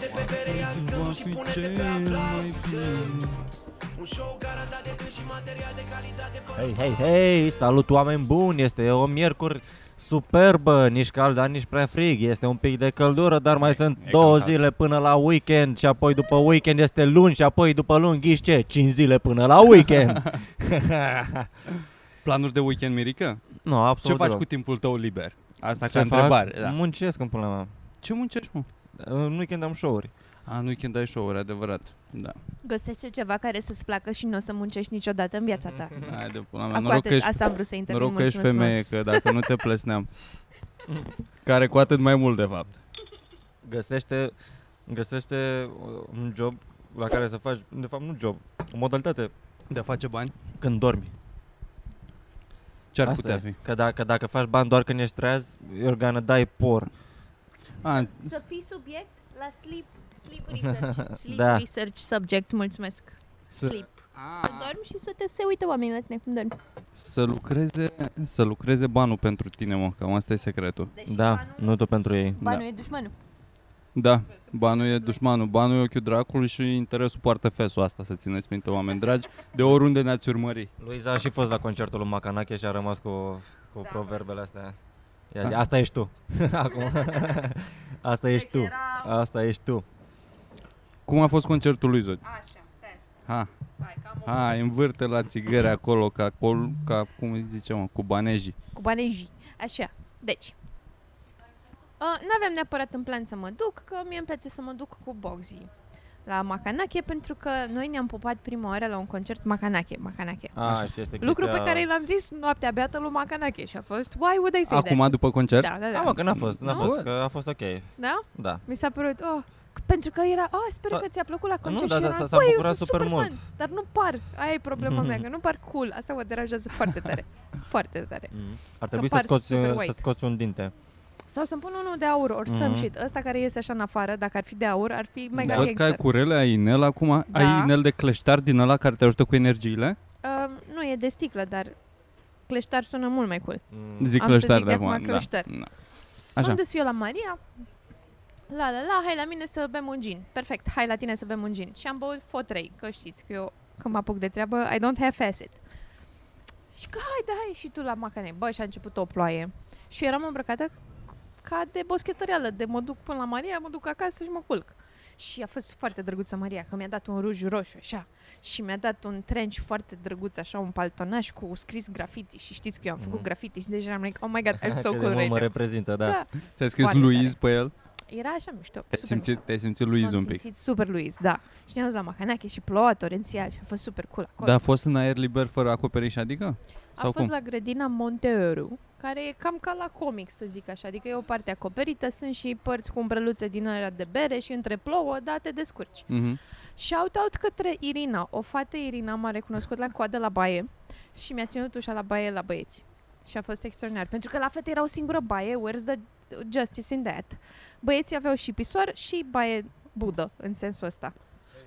de pe bere Ascând și pune-te pe aplauze Un show garantat de plin și material de calitate fără Hei, hei, hei, salut oameni buni, este o miercuri superbă, nici cald, dar nici prea frig, este un pic de căldură, dar mai sunt e două cam cald. zile până la weekend și apoi după weekend este luni și apoi după luni, ghiși ce, 5 zile până la weekend. Planuri de weekend, Mirica? nu, absolut Ce faci deloc. cu timpul tău liber? Asta Ce ca fac? întrebare. Da. Muncesc în până la Ce muncești, mă? În weekend am show-uri. A, în weekend ai show-uri, adevărat. Da. Găsește ceva care să-ți placă și nu o să muncești niciodată în viața ta. Hai de pula mea. Acum Noroc că atât, ești, asta am vrut să intervin. noroc că ești mulțumesc femeie, că dacă nu te plesneam. Care cu atât mai mult, de fapt. Găsește, găsește uh, un job la care să faci, de fapt nu job, o modalitate De a face bani? când dormi. Ce ar Asta putea e. fi? Că dacă, dacă faci bani doar când ești treaz, you're gonna die poor. A, Să fii subiect la sleep, sleep research. Sleep Da. research subject, mulțumesc. să, Sleep. Să dormi și să te se uite oamenii la tine cum dormi. să, lucreze, să lucreze banul pentru tine, mă, cam asta e secretul. Deși da, banul, nu tu pentru ei. banul Da. e dușmanul. Da, banul e dușmanul, banul e ochiul dracului și interesul poartă fesul asta, să țineți minte, oameni dragi, de oriunde ne-ați urmări. Luiza a și fost la concertul lui Macanache și a rămas cu, cu da, proverbele astea. Ia zi, Da. asta ești tu. Acum. asta ești tu. Asta ești tu. Cum a fost concertul lui Zod? Așa, stai așa. Ha. Ha, învârte la țigări acolo, ca, col, ca cum îi zice, mă, cu banejii. Cu banejii. Așa. Deci. Uh, nu aveam neapărat în plan să mă duc, că mie îmi place să mă duc cu Boxy la Macanache, pentru că noi ne-am pupat prima oară la un concert Macanache, Macanache. Ah, A, și este Lucru pe da. chestia- care l-am zis noaptea beată lui Macanache și a fost Why would I say Acum, după concert? that? Da, da, Da, da. mă, că n-a fost, n-a Nu? fost, că a fost ok. da? Da. Mi s-a părut, oh, c- pentru că era, oh, sper S-a- că ți-a plăcut la concert da, și da, eram, s-a- s-a "Băi, eu bucurat sunt super super mult." Mhm. Fan, dar nu par, aia e problema mea, că nu par cool, asta mă deranjează foarte tare, foarte tare. Mm. Ar trebui să pari scoți, super să white. scoți un dinte. Sau să-mi pun unul de aur, or mm-hmm. some Mhm. Da. shit, ăsta care iese așa în afară, dacă ar fi de aur, ar fi mega Văd că ai gangster. curele, ai inel acum, Exact. Da. ai inel de cleștar din ăla care te ajută cu energiile? Uh, nu, e de sticlă, dar cleștar sună mult mai cool. Mm. Zic Am să cleștar zic de de acum acum, da. cleștar. da. M-am Așa, dus eu la Maria, la la la, hai la mine să bem un gin. Perfect, hai la tine să bem un gin. Și am băut fotrei, că știți că eu când mă apuc de treabă, I don't have acid. Și că hai, da, hai și tu la macane. Bă, și a început o ploaie. Și eram îmbrăcată ca de boschetăreală, de mă duc până la Maria, mă duc acasă și mă culc. Și a fost foarte drăguță Maria, că mi-a dat un ruj roșu, așa, și mi-a dat un trench foarte drăguț, așa, un paltonaș cu scris graffiti. Și știți că eu am făcut Mhm. graffiti și deja am like, oh my god, I'm so Cât de cool mult right mă now. reprezintă, da. Da. ți-ai scris Foarte Luiz pe el? Era așa mișto. Te-ai super simțit, mișto. te-ai simțit Luiz M-am un pic. simțit super Luis, da. Și ne-am dus la Macanache și ploua torențial și a fost super cool acolo. Dar a fost în aer liber fără acoperiș, adică? a Da, sau fost cum? la grădina Monteoru, care e cam ca la comic, să zic așa. Adică e o parte acoperită, sunt și părți cu umbreluțe din alea de bere și între plouă, da, te descurci. Mhm. Shout-out către Irina, o fată Irina m-a recunoscut la coadă la baie și mi-a ținut ușa la baie la băieți. Și a fost extraordinar, pentru că la fete era o singură baie, where's the justice in that? Băieții aveau și pisoar și baie budă, în sensul ăsta.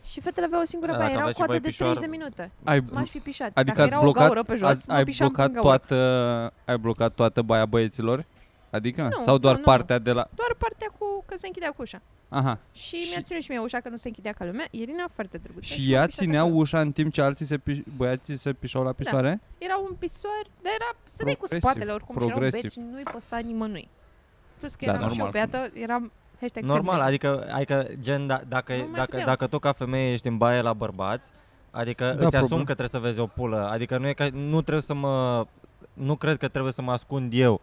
Și fetele aveau o singură Da, baie, dacă era o aveai și coadă voi de pișoar- 30 de minute. Ai, M-aș fi pișat. Adică Dacă ați era o blocat, gaură pe jos, ați, mă ai pișam blocat în gaură. toată, ai blocat toată baia băieților? Adică? Nu, Sau doar nu, nu. partea de la... Doar partea cu că se închidea cu ușa. Aha. Și, Și- mi-a ținut și mie ușa că nu se închidea ca lumea. Irina foarte drăguță. și m-a ea pișat ținea acolo. ușa în timp ce alții se piș... băiații se pișau Da. la pisoare? Era un pisoar, dar era să dai cu Progresiv, spatele oricum și era un progresiv. beț și nu-i păsa nimănui. Plus că Da, eram și eu normal. beată, eram hashtag Normal, feminist. adică, adică gen, da, dacă, Nu mai dacă, puteam. dacă tu ca femeie ești în baie la bărbați, adică da, îți probabil. asum că trebuie să vezi o pulă, adică nu, e ca, nu trebuie să mă, nu cred că trebuie să mă ascund eu.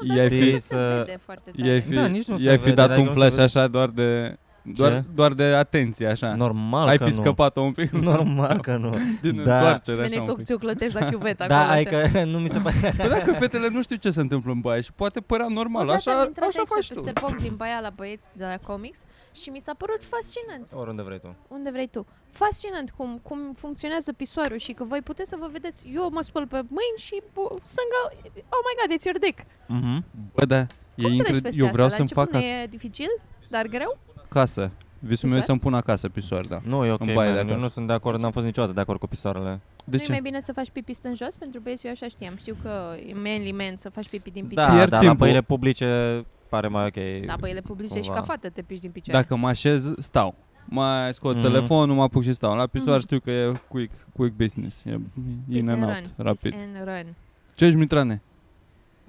Nu, dar i-ai cred fi că se să- vede foarte tare. I-ai fi, Da, nici nu se i-ai fi vede, dat adică un nu se flash vede. așa doar de... Doar, doar de atenție, așa. Normal Da. ai că fi nu. scăpat-o un pic Normal că nu. din da. întoarcere, Vine așa un să o pic. țiuclătești la chiuvetă Da, acolo așa. adică nu mi se pare. Păi dacă fetele nu știu ce se întâmplă în baie și poate părea normal, Odată așa, am intrat așa aici faci tu. peste box din baia la băieți de la comics și mi s-a părut fascinant. Oriunde vrei tu. unde vrei tu. Fascinant cum, cum funcționează pisoarul și că voi puteți să vă vedeți. Eu mă spăl pe mâini și bu, sângă, oh my god, it's your dick. Mhm. Bă, da, e Cum treci incredibil. peste Eu vreau asta? să-mi La fac început nu e dificil, dar greu? acasă. Visul meu e Pisoar? să-mi pun acasă pisoar, da. Nu, e ok, În baie de man, eu acasă. nu sunt de acord, n-am fost niciodată de acord cu pisoarele. De nu e ce? mai bine să faci pipi stând jos? Pentru băieți, eu așa știam. Știu că e manly man să faci pipi din picioare. Da, Pierd dar la timpul. băile publice pare mai ok. Da, bă, ele publice și ca Cumva. fată te piși din picioare. Dacă mă așez, stau. Mai scot Mhm. mm-hmm. telefonul, mă apuc și stau. La pisoar Mhm. Păi mm-hmm. știu că e quick, quick business. E in Piss and and out, run, rapid. Piss and run. Ce ești, Mitrane?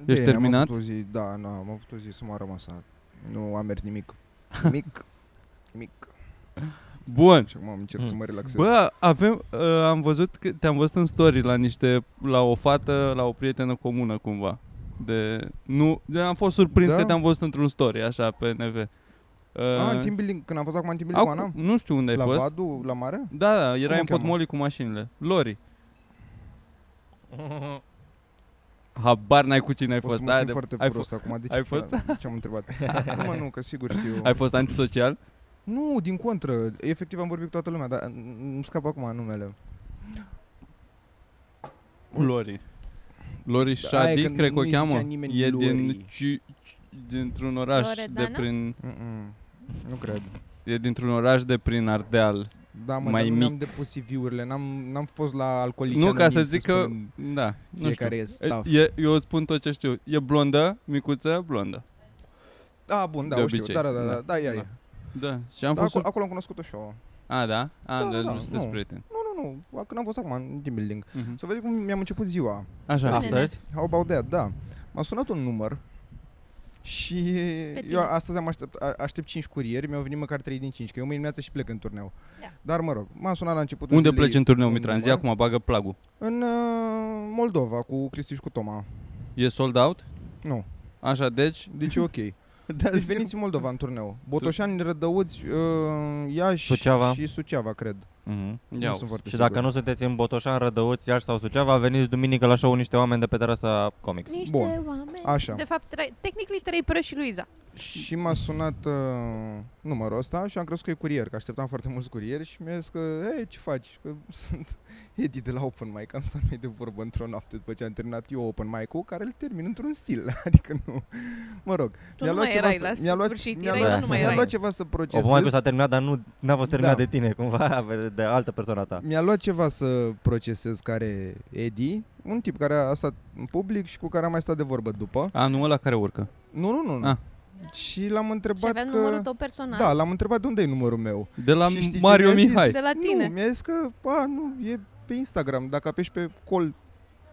Bine, am terminat? avut o zi, da, na, am avut o zi să mă rămas. Nu a mers nimic. Nimic. Nimic. Bun. Și acum am încerc să mă relaxez. Bă, avem, uh, am văzut că te-am văzut în story la niște, la o fată, la o prietenă comună cumva. De, nu, de, am fost surprins Da? că te-am văzut într-un story, așa, pe NV. Uh, Ah, în team building, când am fost acum în team building cu Ana? Acu- nu știu unde ai La fost. Vadu, la mare? Da, da, era o în cheamă? potmolii cu mașinile. Lori. Habar n-ai cu cine ai O să fost. mă Hai simt de- foarte ai, prost acum. De ce, ai fost? Da, ce am întrebat? nu, mă, nu, că sigur știu. fost, ai fost antisocial? Nu, din contră. Efectiv am vorbit cu toată lumea, dar n- nu scap acum numele. Lori. Lori Shadi, când cred că o Da, nu-i zicea cheamă. nimeni E Lori. din, ci, ci- dintr-un oraș de Loredana? prin, Mm-mm. Nu cred. e dintr-un oraș de prin Ardeal. Da, mă, Mai dar nu mic. mi-am depus CV-urile, n-am, n-am fost la alcoolici nu ca să anonimi, zic că, spun da, nu știu. fiecare staff. E, eu îți spun tot ce știu. E blondă, micuță, blondă. A, bun, da, de o știu. obicei. Da, da, Da. da, da, da, ia, ia. Da, și am Da, fost... acolo, acolo am cunoscut-o și eu. A, da? A, Da, da, da, nu sunteți nu. prieteni. Nu, nu, nu, când am fost acum în team building. Mhm. Să vă zic cum mi-am început ziua. Așa. Astăzi? How about that, da. M-a sunat un număr și tine. eu astăzi am aștept, a- aștept 5 curieri, mi-au venit măcar 3 din 5, că eu mâine dimineață și plec în turneu. Da. Dar mă rog, m-a sunat la începutul Unde zilei pleci în turneu, un Mitran? Zi număr. acum, bagă plagul. În uh, Moldova, cu Cristi și cu Toma. E sold out? Nu. Așa, deci... Deci e ok. Da, Deci veniți în Moldova în turneu. Botoșani, Rădăuți, uh, Iași Suceava. și Suceava, cred. Mhm. Ia nu uzi. sunt foarte Și dacă nu sunteți în Botoșan, Rădăuți, Iași sau Suceava, veniți duminică la show niște oameni de pe terasa Comics. Niște Bun. oameni. Așa. De fapt, trei, tehnically trei prăși și Luiza. Și m-a sunat uh, numărul ăsta și am crezut că e curier, că așteptam foarte mulți curieri și mi-a zis că, hei, ce faci? Că sunt Edi de la Open Mic, am stat mai de vorbă într-o noapte după ce am terminat eu Open Mic-ul, care îl termin într-un stil, adică nu, mă rog. Tu Mi-a nu luat mai ceva erai să- la mi-a luat- sfârșit, mi-a erai, luat- dar nu mai Mi-a erai. luat ceva să Open mic procesez. s-a terminat, dar nu n-a fost terminat Da. de tine, cumva, de altă persoană a ta. Mi-a luat ceva să procesez care e Edi, un tip care a stat în public și cu care am mai stat de vorbă după. A, nu ăla care urcă. Nu, nu, nu. nu. Ah. Și l-am Și întrebat avea că... numărul tău personal. Da, l-am întrebat de unde e numărul meu. De la Și știi ce Mario mi-a zis? Mihai. De la tine. Nu, mi-a zis că, a, nu, e pe Instagram, dacă apeși pe col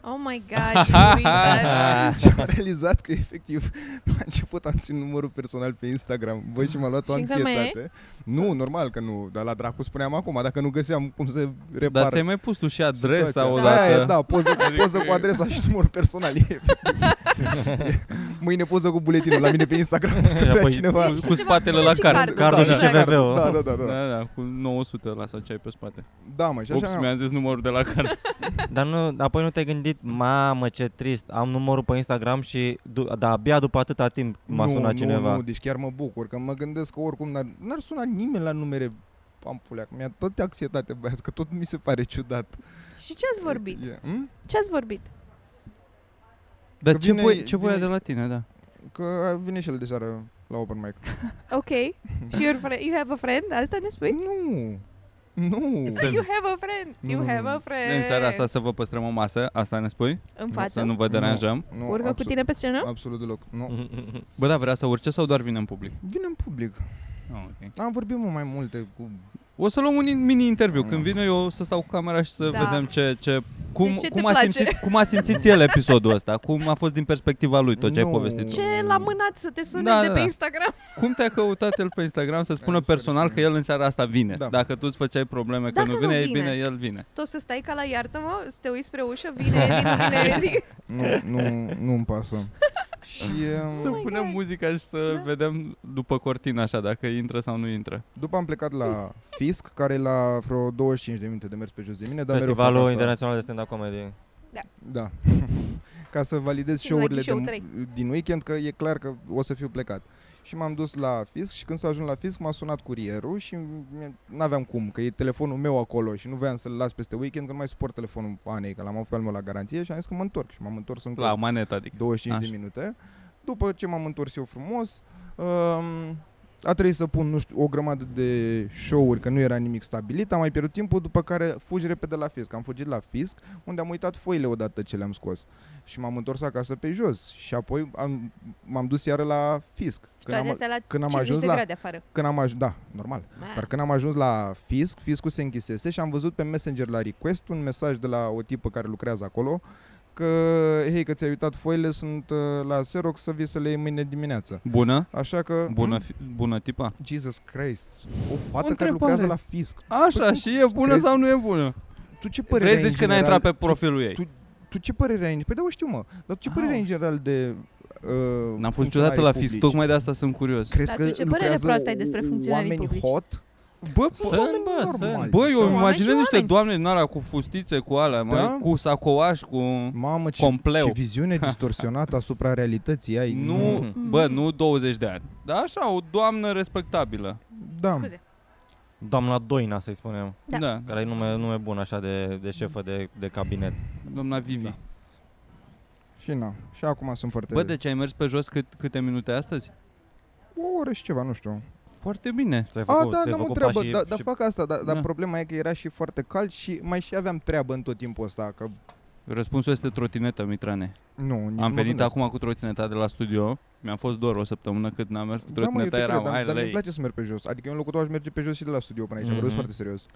Oh my god, you weirdo. și am realizat că efectiv la început am ținut numărul personal pe Instagram, băi, și m-a luat o Și încă mai anxietate. Nu, normal că nu, dar la dracu spuneam acum, dacă nu găseam cum să Dar repar ți-ai mai pus tu și situația. adresa Da, e, odată. Adică da, poză, poză cu adresa și numărul personal. E, efectiv. Mâine poză cu buletinul la mine pe Instagram, dacă vrea Apoi- cineva. păi, Cu, cu spatele la Și card. cardul. Cardul și da, CVV-ul. Da, da, da, da. Da, da, cu 900 la sau ce ai pe spate. Da, mă, și Ups, așa. mi-am zis numărul de la card. Dar nu, apoi nu te-ai gândit, mamă ce trist, am numărul pe Instagram și, du- dar abia după atâta timp m-a sunat nu, cineva. Nu, deci chiar mă bucur, că mă gândesc că oricum n-ar, n-ar suna nimeni la numere am pulea, că mi-a tot anxietate, băiat, că tot mi se pare ciudat. Și ce ați vorbit? E, hm? Ce ați vorbit? Dar Că ce vine- voi, ce voi de vine- la tine, da? Că vine și el de seară la open mic. Ok. Și your friend, you have a friend? Asta ne spui? Nu! Nu! So you have a friend. You Nu, nu, have nu. a În friend. seara asta să vă păstrăm o masă, asta ne spui? În față. Să nu vă deranjăm. Nu, Urcă cu absolut- tine pe scenă? Absolut deloc. Mm. Nu. Bă, da, vrea să urce sau doar vine în public? Vine în public. Ah, ok. Am vorbit mult mai multe cu... O să luăm un mini-interviu. Când Mm. vine eu o să stau cu camera și să Da. vedem ce, ce, cum, De ce te cum, a place? simțit, cum a simțit el episodul ăsta, cum a fost din perspectiva lui tot ce ai Nu. povestit. Ce? Ce l-a mânat să te sune Da, de da, pe da. Instagram? Cum te-a căutat el pe Instagram să spună Ai, personal foarte că el în seara asta vine? Da. Dacă tu îți făceai probleme că Dacă nu nu vine, ei vine. bine, el vine. Tu o să stai ca la iartă-mă, să te uiți spre ușă, vine Edi, nu vine Edi. Nu, nu, nu-mi pasă. și ehm, em, Să my punem God. muzica și să Da. vedem după cortina așa, dacă intră sau nu intră. după am plecat la Fisc, care e la vreo 25 de minute de mers pe jos de mine, dar mereu fac Festivalul asta. Internațional de Stand-Up Comedy. Da. Ca să validez Singur show-urile ghișeu de, trei. din weekend, că e clar că o să fiu plecat. Și m-am dus la fisc și când s-a ajuns la fisc m-a sunat curierul și mi- n-aveam cum, că e telefonul meu acolo și nu voiam să-l las peste weekend, că nu mai suport telefonul Anei, că l-am avut pe al meu la garanție și am zis că mă întorc și m-am întors încă La manetă, adică. 25 Așa. de minute. După ce m-am întors eu frumos, um, a trebuit să pun, nu știu, o grămadă de show-uri, că nu era nimic stabilit, am mai pierdut timpul, după care fugi repede la fisc. Am fugit la fisc, unde am uitat foile odată ce le-am scos. Și m-am întors acasă pe jos. Și apoi am, m-am dus iară la fisc. Când am, la când am 50 ajuns de la- grade afară. când am ajuns, da, normal. Ah. Dar când am ajuns la Fisc, Fiscul se închisese și am văzut pe Messenger la request un mesaj de la o tipă care lucrează acolo că, hei, că ți-ai uitat foile, sunt uh, la Xerox, să vii să le iei mâine dimineață. Bună? Așa că... Bună, Mm, fi- bună tipa? Jesus Christ, o fată O care întrebare. lucrează la Fisc. Așa, Păi, și e bună crezi- sau nu e bună? Tu ce părere Vrei ai Păi, în zici că n-ai general- intrat pe profilul ei? tu- Tu ce părere ai? în- Păi da, o știu, mă. Dar tu ce Ah, părere o ai în general de uh, N-am fost niciodată la Fisc, FIS, tocmai de asta sunt curios. Crezi Dar că tu ce părere lucrează proastă ai despre funcționarii oameni publici? hot? Bă, Sunt, oameni bă, sunt. normali. Bă, eu Sunt îmi imaginez oameni și niște oameni. doamne din alea cu fustițe, cu alea, mai, cu sacoaș, cu... Mamă, ce, Compleu. ce viziune distorsionată asupra realității ai. Nu, Mhm. bă, nu 20 de ani. Dar așa, o doamnă respectabilă. Da. Scuze. Doamna Doina, să-i spunem, Da. Da, care e nume, nume bun așa de, de șefă de, de cabinet. doamna Vivi. Da. Și na, și acum sunt foarte... Bă, deci ai mers pe jos cât, câte minute astăzi? O oră și ceva, nu știu. Foarte bine. Ți-ai A, făcut, da, ți-ai n-am o făcut treabă, pașii dar da, și fac asta, dar da. Da. problema e că era și foarte cald și mai și aveam treabă în tot timpul ăsta, că Răspunsul este trotinetă, Mitrane. nu, nici nu Am mă venit gândesc. acum cu trotineta de la studio. Mi-a fost dor o săptămână cât n-am mers cu Da, mă, eu trotineta, te cred, eram dar, hai dar mi-e lei. place să merg pe jos. Adică eu în locul tău aș merge pe jos și de la studio până aici, mm-hmm. Mhm. vorbesc foarte serios.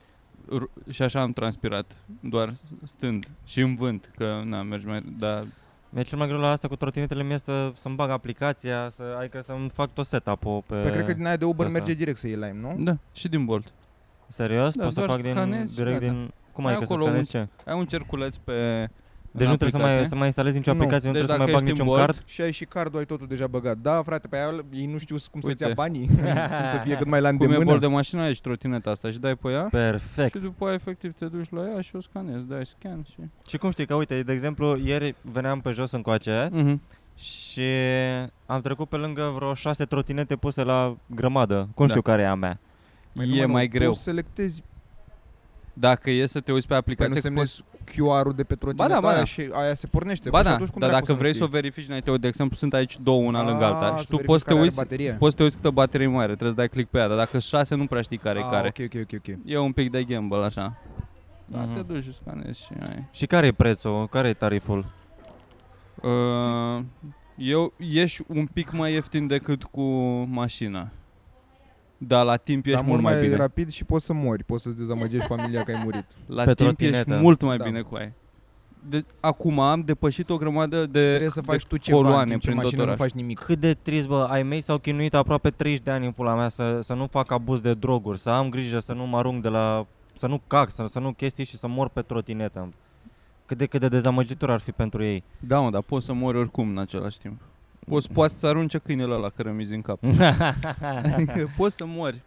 Ru- Și așa am transpirat, doar stând și în vânt, că n-am mers mai... da, Dar Mi-e cel mai greu la asta cu trotinetele mie să, să-mi bag aplicația, să, adică să-mi fac tot setup-ul pe... Păi cred că din aia de Uber asta. merge direct să iei Lime, nu? Da, și din Bolt. Serios? Da, Poți să doar fac din, scanezi și direct gata. din... Cum Ai adică să acolo scanezi un- ce? Ai un cerculeț pe Deci nu trebuie să mai, să mai instalezi nicio Nu. aplicație, nu, Deci trebuie dacă să mai bag ești niciun în Bolt- card. Și ai și cardul, ai totul deja băgat. Da, frate, pe aia ei nu știu cum să-ți Uite. ia banii, cum să fie cât mai la Cum e bol îndemână. de mașină, ești trotineta asta și dai pe ea Perfect. Exact. și după aia efectiv te duci la ea și o scanezi, dai scan și... Și cum știi că, uite, de exemplu, ieri veneam pe jos încoace Mhm. și am trecut pe lângă vreo șase trotinete puse la grămadă. Cum Da. știu care e a mea? Păi nu, e mă, mai tu greu. selectezi Dacă e să te uiți pe Păi nu aplicație, că poți... semnezi QR-ul de pe trotineta Ba da, ba aia da. și aia se pornește. Ba Păi și da, atunci cum dar dracu dacă nu vrei să o știi? verifici înainte, uite, de exemplu, sunt aici două una lângă Ah, alta și tu să verifici poți să te care are uiți, baterie. poți să te uiți câtă baterie mai are, trebuie să dai click pe ea, dar dacă șase nu prea știi care e Ah, care. Ok, ok, ok, ok. E un pic de gamble așa. Da, Mhm. te duci și scanezi și ai. Și care e prețul? Care e tariful? Uh, eu ești un pic mai ieftin decât cu mașina. Dar la timp ești Dar mult mai bine. rapid și poți să mori, poți să-ți dezamăgești familia că ai murit. La Pe timp ești trotinetă. mult mai Da. bine cu aia. De, acum am depășit o grămadă de, Trebuie să faci de tu ceva, în coloane timp ce prin tot mașina nu orașul. faci nimic. Cât de trist, bă, ai mei s-au chinuit aproape 30 de ani în pula mea să, să nu fac abuz de droguri, să am grijă să nu mă arunc de la... să nu cac, să, să nu chestii și să mor pe trotinetă. Cât de, cât de dezamăgitor ar fi pentru ei. Da, mă, dar poți să mori oricum în același timp. Poți, poți să arunce câinele ăla care mizi în cap. Adică poți să mori.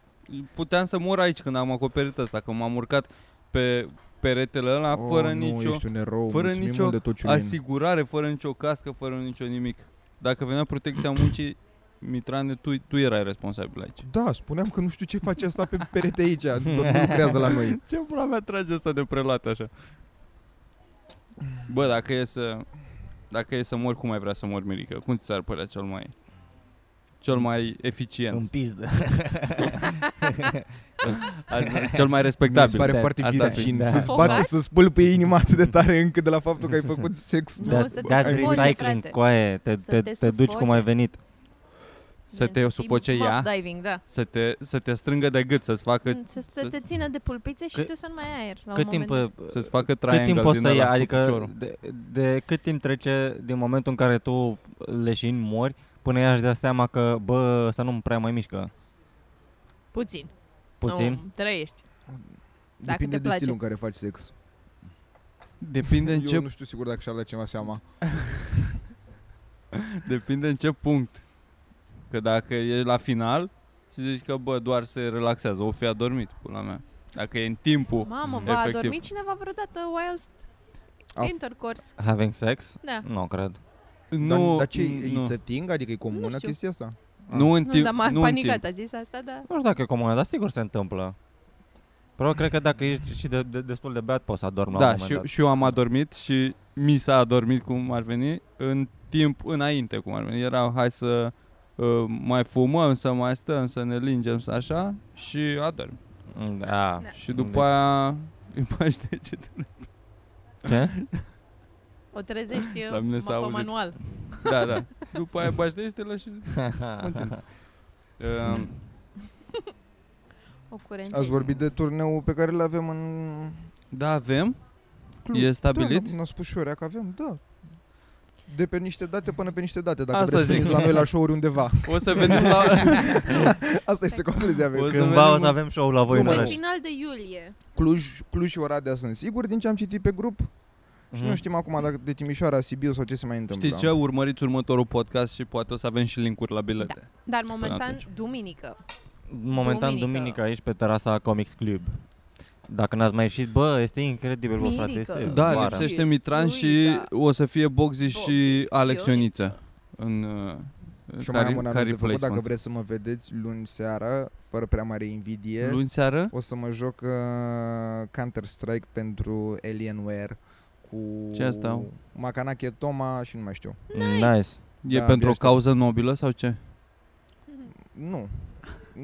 Puteam să mor aici când am acoperit asta, că m-am urcat pe peretele ăla Oh, Da, fără nu, nicio Ești un erou, fără mulțumim nicio mult de tot, Ciulin. asigurare, fără nicio cască, fără nicio nimic. Dacă venea protecția muncii, Mitrane, tu, tu erai responsabil aici. Da, spuneam că nu știu ce face asta pe perete aici, tot nu lucrează la noi. Ce pula mea trage asta de prelat așa? Bă, dacă e să... Dacă e să mor, cum ai vrea să mor, Mirica? Cum ți s-ar părea cel mai... Cel mai În eficient, pizdă. Adică cel mai Mi se respectabil. pare Da, foarte asta ar fi. virgin Da. să-ți Focat? bată, să spăl pe inima atât de tare încât de la faptul că ai făcut sex. Nu, That's, Da, să te that's sufoce, recycling, frate. coaie, te, Să te, te te, te duci cum sufoce. ai venit. Să te sufoce ea, diving, da. să te, să te strângă de gât, să-ți facă, Cât, să, să- te țină de pulpițe și Cât- tu să nu mai ai aer. La un Cât timp, moment uh, să-ți facă cât triangle timp poți din să ăla ia, cu adică piciorul. de, de, cât timp trece din momentul în care tu leșini mori până ea își dea seama că, bă, să nu prea mai mișcă dat. Puțin. puțin? Nu, trăiești. Dacă Depinde te de place. stilul în care faci sex. Depinde în, Eu ce, nu știu sigur dacă și-ar da cineva seama. depinde în ce punct. Că dacă e la final și zici că, bă, doar se relaxează, o fi adormit, pula mea. Dacă e în timpul, Mamă, Mhm. va Efectiv. adormi cineva vreodată whilst A- intercourse. Having sex? Da. Nu cred. nu, dar, dar ce, nu, it's a thing? Adică e comună știu. chestia asta? nu în Nu, timp, dar m-a nu în timp. panicat, a zis asta, da. Nu știu dacă e comună, dar sigur se întâmplă. Probabil cred că dacă ești și de, de, destul de beat poți să adormi la un Da, moment și, dat. și eu am adormit și mi s-a adormit cum ar veni în timp înainte cum ar veni. Era hai să uh, mai fumăm, să mai stăm, să ne lingem, să așa, și adorm. Da. Și după aia îi mai știe ce Da. Ce? O trezești La mine s-a pe auzit. manual. Da, da. După aia baștește-le și continuă. Uh, O curentă. Ați vorbit de turneul pe care îl avem în da, avem. club. E stabilit? Da, n-a spus și Orea că avem, da. De pe niște date până pe niște date, dacă Asta Asta vreți să zic. veniți la noi la show-uri undeva. O să vedem la... Asta este concluzia mea. O să Cândva o vedem- să avem show la voi în Nu mă Pe oraș. final de iulie. Cluj, Cluj și Oradea sunt sigur din ce am citit pe grup și nu Mhm. știm acum dacă de Timișoara, Sibiu sau ce se mai întâmplă. Știi ce? Urmăriți următorul podcast și poate o să avem și linkuri la bilete. Dar momentan, atunci. duminică. Momentan Duminică. duminică aici pe terasa Comics Club. Dacă n-ați mai ieșit, bă, este incredibil, bă, frate, Mirică. este Da, vara. lipsește Mitran și Luiza. o să fie Boxi și Boxi. Alex Ioniță în uh, Și mai am un anunț de făcut, replacement. dacă vreți să mă vedeți luni seara, fără prea mare invidie. Luni seară? O să mă joc uh, Counter-Strike pentru Alienware cu Ce asta? Makanake Toma și nu mai știu. Mm, Nice. E Da, pentru o abia cauză nobilă sau ce? Nu.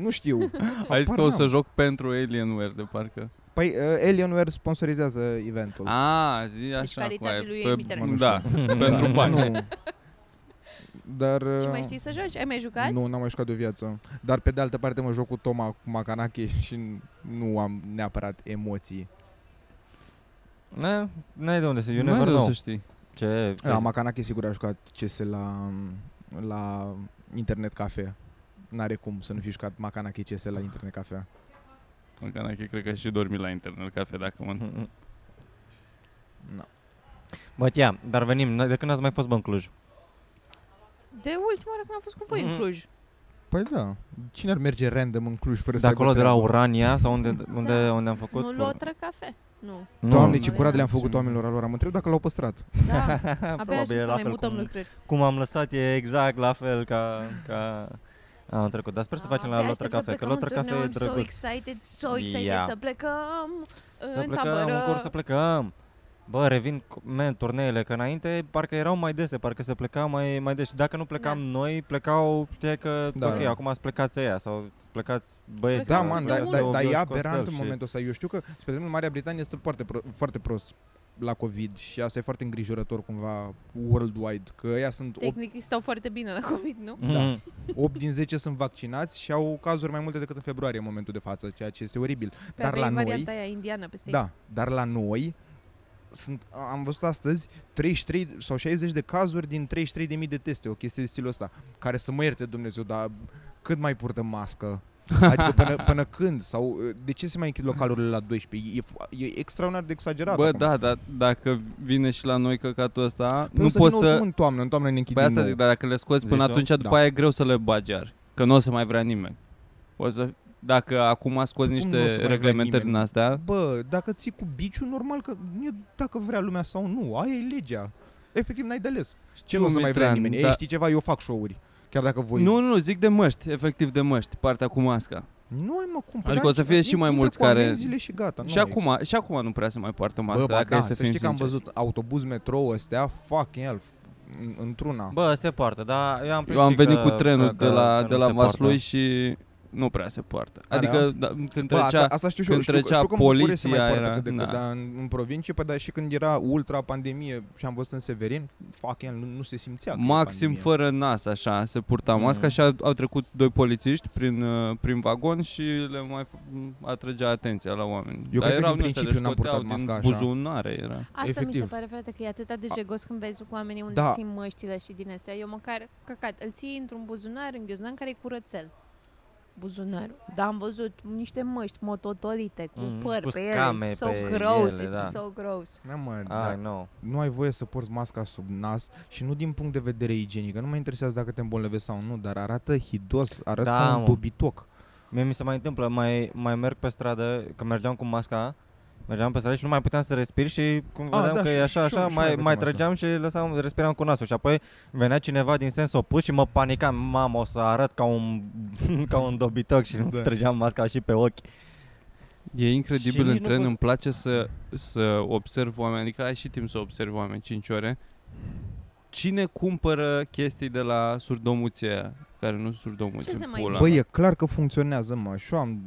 Nu știu. Ai zis că o n-am. să joc pentru Alienware de parcă. Păi uh, Alienware sponsorizează eventul. A, Ah, zi așa. caritabilul cu aia, lui pe- Emiterea. Da, pentru bani. Nu. Dar uh, Și mai știi să joci? Ai mai jucat? Nu, n-am mai jucat de o viață. Dar pe de altă parte mă joc cu Toma cu Makanake și nu am neapărat emoții. Na, N-ai de unde să, you Nu ai never de unde know. să știi. Ce? La Da, Makanake sigur a jucat CS la, la internet cafe. N-are cum să nu fi jucat Makanake CS la internet cafe. Macanache, cred că ai și dormi la internet cafe dacă mă... Mhm. No. Bă, tia, dar venim, n- de când ați mai fost bă în Cluj? De ultima oară când am fost cu voi în Mhm. Cluj. Păi da. Cine ar merge random în Cluj fără De să aibă acolo, de la treabă? Urania sau unde, unde, unde am făcut? Da. Nu Lotră Cafe. Nu. Nu. Păi Doamne, Nu. ce curat le-am făcut oamenilor lor. Am întrebat dacă l-au păstrat. Da. Abia Probabil așa e să la mai fel mutăm cum, lucruri. cum am lăsat, e exact la fel ca, ca anul trecut. Dar sper să facem la Abia Lotră aștept Ah, să Cafe, că plecăm Lotră în Cafe e turneu. I'm So drăguț. excited, so excited Ia. să plecăm Să în plecăm, tabără. în cor să plecăm. Bă, revin, cu- man, turneele, că înainte parcă erau mai dese, parcă se pleca mai, mai des. Și dacă nu plecam Da. noi, plecau, știi că, Da. da. ok, acum ați plecați ăia sau ați plecați băieți. Da, Da, man, de dar mult. da, da, e George aberant Costel în și- momentul ăsta. Eu știu că, spre exemplu, în Marea Britanie este foarte, pro- foarte prost la COVID și asta e foarte îngrijorător cumva worldwide, că ăia sunt 8, Tehnic stau foarte bine la COVID, nu? Da. Mhm. 8 din 10 sunt vaccinați și au cazuri mai multe decât în februarie în momentul de față, ceea ce este oribil. Pe Dar la noi, varianta aia indiană peste ei. da, dar la noi sunt, am văzut astăzi 33 sau 60 de cazuri din 33.000 de teste, o chestie de stilul ăsta, care să mă ierte Dumnezeu, dar cât mai purtăm mască? Adică până, până când? Sau uh, de ce se mai închid localurile la 12? E, f- e extraordinar de exagerat Bă, acum. da, dar dacă vine și la noi căcatul ăsta, Păi nu o să poți vină oricum să... În toamnă, în toamnă ne închid Păi din asta nou. zic, dar dacă le scoți Zici până tu? atunci, după Da. aia e greu să le bagi iar. Că nu o să mai vrea nimeni. O să... Dacă acum scoți Cum nu o să mai niște vrea reglementări din nimeni? astea, Bă, dacă ții cu biciul, normal că nu e dacă vrea lumea sau nu, aia e legea. Efectiv, n-ai de ales. Ce nu o să mai vrea Mitran, nimeni? da. Ei, știi ceva, eu fac show-uri. Chiar dacă voi... Nu, nu, nu, zic de măști, efectiv de măști, partea cu masca. Nu ai mă cum. Păi da, Adică o să fie și mai mulți care- Zile și gata. nu și, mai acum, și acum nu prea se mai poartă există. masca, Bă, dacă ba, e da, să să, fim știi că am sinceri. văzut autobuz, metrou ăstea, fucking el, în- într-una. Bă, se poartă, dar eu am Eu am prins și venit cu că, trenul că, de la, că de nu la se poartă. Vaslui și nu prea se poartă. Are, Adică da, când Bă, asta, trecea... asta știu și eu, când știu, că- trecea știu că în București se mai poliția poartă era- cât de cât, na. dar în, în provincie, păi, dar și când era ultra pandemie și am văzut în Severin, fucking nu, nu se simțea că e Maxim pandemie. fără nas, așa, se purta masca Mhm. și au, au trecut doi polițiști prin, uh, prin vagon și le mai f- atragea atenția la oameni. Eu Dar cred că erau din din ăștia, principiu n-am deci scoteau purtat din masca așa. buzunare era. Asta mi se Efectiv. pare, frate, că e atât de jegos când vezi cu oamenii unde Da. da. țin măștile și din astea. Eu măcar, căcat, îl ții într-un buzunar, în ghiozdan, care e curățel. Buzunarul. Dar am văzut niște măști mototolite cu Mhm, păr cu pe ele. scame It's so pe gross, ele, it's da. so gross. Da, mă, Ah, da, nu. nu ai voie să porți masca sub nas și nu din punct de vedere igienic. Nu mă interesează dacă te îmbolnăvești sau nu, dar arată hidos, arată Da, ca un mă. dobitoc. Mie mi se mai întâmplă, mai, mai merg pe stradă, că mergeam cu masca, mergeam pe stradă și nu mai puteam să respir și cum Ah, vedeam da, că și- e așa, și- și eu- așa, și eu mai, mai mai făceam trăgeam și lăsam, respiram cu nasul și apoi venea cineva din sens opus și mă panicam, mamă, o să arăt ca un, ca un dobitoc și Da. da. trăgeam masca și pe ochi. E Și incredibil nici în nu tren, poți- îmi place să, să observ oameni, adică ai și timp să observi oameni 5 ore. Cine cumpără chestii de la surdomuție? care nu surdomuți Ce să în mai pula fac? Băi, mea. e clar că funcționează, mă. Și eu am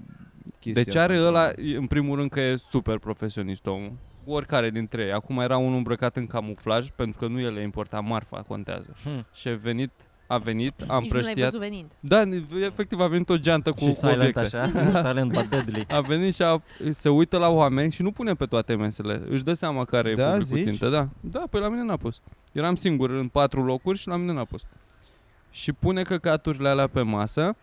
chestia Deci are asta. ăla, e- în primul rând că e super profesionist omul. Oricare dintre ei. Acum era unul îmbrăcat în camuflaj pentru că nu el le importa, marfa contează. Hmm. Și a venit, a venit, a Nici nu l-ai împrăștiat. văzut venind. Da, efectiv a venit o geantă cu, și cu silent obiecte. așa, silent but deadly. A venit și a, se uită la oameni și nu pune pe toate mesele. Își dă seama care Da, e publicul zici? țintă. Da, da, păi la mine n-a pus. Eram singur în patru locuri și la mine n-a pus. Și pune căcaturile alea pe masă,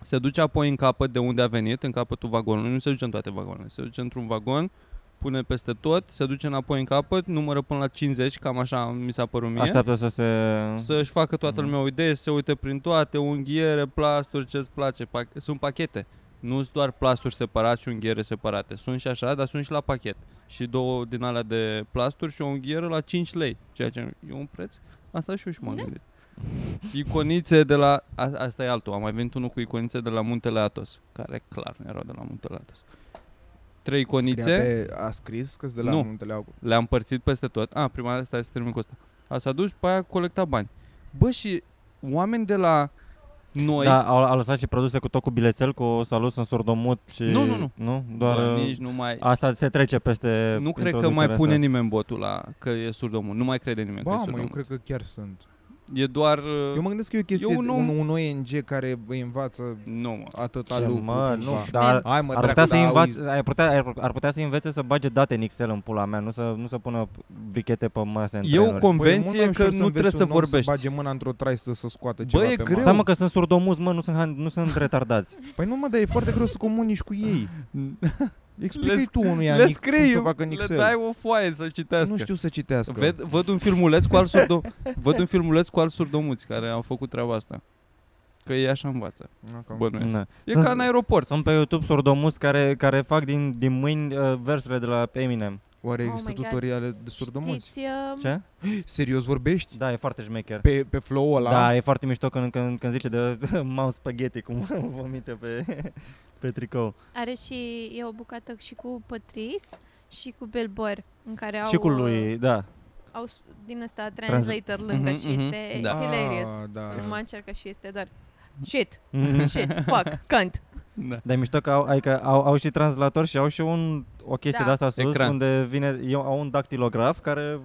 se duce apoi în capăt de unde a venit, în capătul vagonului, nu se duce în toate vagoanele, se duce într-un vagon, pune peste tot, se duce înapoi în capăt, numără până la 50, cam așa mi s-a părut mie. Așteaptă să se... Să-și facă toată Mhm. lumea o idee, să se uite prin toate, unghiere, plasturi, ce-ți place. Pac- sunt pachete. Nu sunt doar plasturi separate și unghiere separate. Sunt și așa, dar sunt și la pachet. Și două din alea de plasturi și o unghieră la 5 lei. Ceea ce e un preț. Asta și eu și m-am Da. gândit. Iconițe de la... A, asta e altul. Am mai venit unul cu iconițe de la Muntele Atos. Care clar nu erau de la Muntele Atos. Trei iconițe. Scria pe- A scris că de la Nu. Muntele August. Le-a împărțit peste tot. Ah, prima dată stai să termin cu asta. A s-a dus, pe aia colecta bani. Bă, și oameni de la noi... Da, au, au lăsat și produse cu tot cu bilețel, cu salut, sunt surdomut și... Nu, nu, nu. Nu? Doar... Bă, uh, nici nu mai... Asta se trece peste nu cred că introducerea mai pune asta. nimeni botul la că e surdomul. Nu mai crede nimeni că e Ba, mă, eu surdomul. cred că chiar sunt. E doar... uh, Eu mă gândesc că e o chestie, Eu un, nu- un, un ONG care îi învață Nu, mă. atâta Ce, mă, lucru. cumva. nu, dar Hai, mă, ar putea, să dracu, Păi, dar invaț, ar, putea, ar, ar putea să învețe să bage date în Excel în pula mea, nu să, nu să pună brichete pe mase în E o trenuri. Păi e mult convenție mai că ușor să nu trebuie înveți să un om vorbești. Să bage mâna într-o traistă să scoată Bă, ceva e pe greu. Stai masă. mă că sunt surdomuți, mă, nu sunt, han- nu sunt retardați. Păi nu mă, dar e foarte greu să comunici cu ei. Explică-i tu unuia le mic cum scrii, să facă în le Excel. dai o foaie să citească. nu știu să citească. Ved, văd un filmuleț cu alt surdom, văd un filmuleț cu alt surdomuți care au făcut treaba asta. Că ei așa învață. Na, cam- Bănuiesc. Na. E Sunt- ca în aeroport. Sunt pe YouTube surdomuți care, care fac din, din mâini uh, versurile de la Eminem. Oare Oh my există God. tutoriale de surdomuți? Știți, uh, Ce? Serios vorbești? Da, e foarte șmecher. Pe, pe flow ăla? Da, e foarte mișto când, când, când zice de mouse spaghetti, cum vomite pe, pe tricou. are și e o bucată și cu Patrice și cu Belbor în care au Și cu uh, lui, da. au s- din ăsta translator lângă Mhm, și mhm, este da. hilarious. Ah, da. Îl mai încercă și este doar shit, Mm. shit, fuck, cunt. Da. Dar e mișto că au, adică au, au și translator și au și un, o chestie Da. de asta sus Ecran. unde vine, eu, au un dactilograf care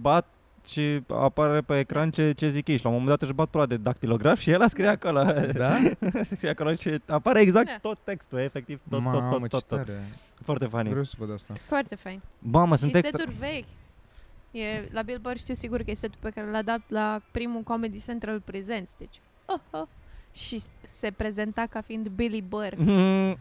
bat și apare pe ecran ce, ce zic ei și la un moment dat își bat pula de dactilograf și el a scrie acolo, Da? scrie acolo și apare exact Da. tot textul, efectiv tot, tot, Mamă, tot, ce tot, tot. tare. Foarte funny. Vreau să văd asta. Foarte fain. Mamă, sunt și extra... seturi vechi. E, la Billboard știu sigur că e setul pe care l-a dat la primul Comedy Central Presents. Deci, oh, oh. Și s- se prezenta ca fiind Billy Burr. Mm,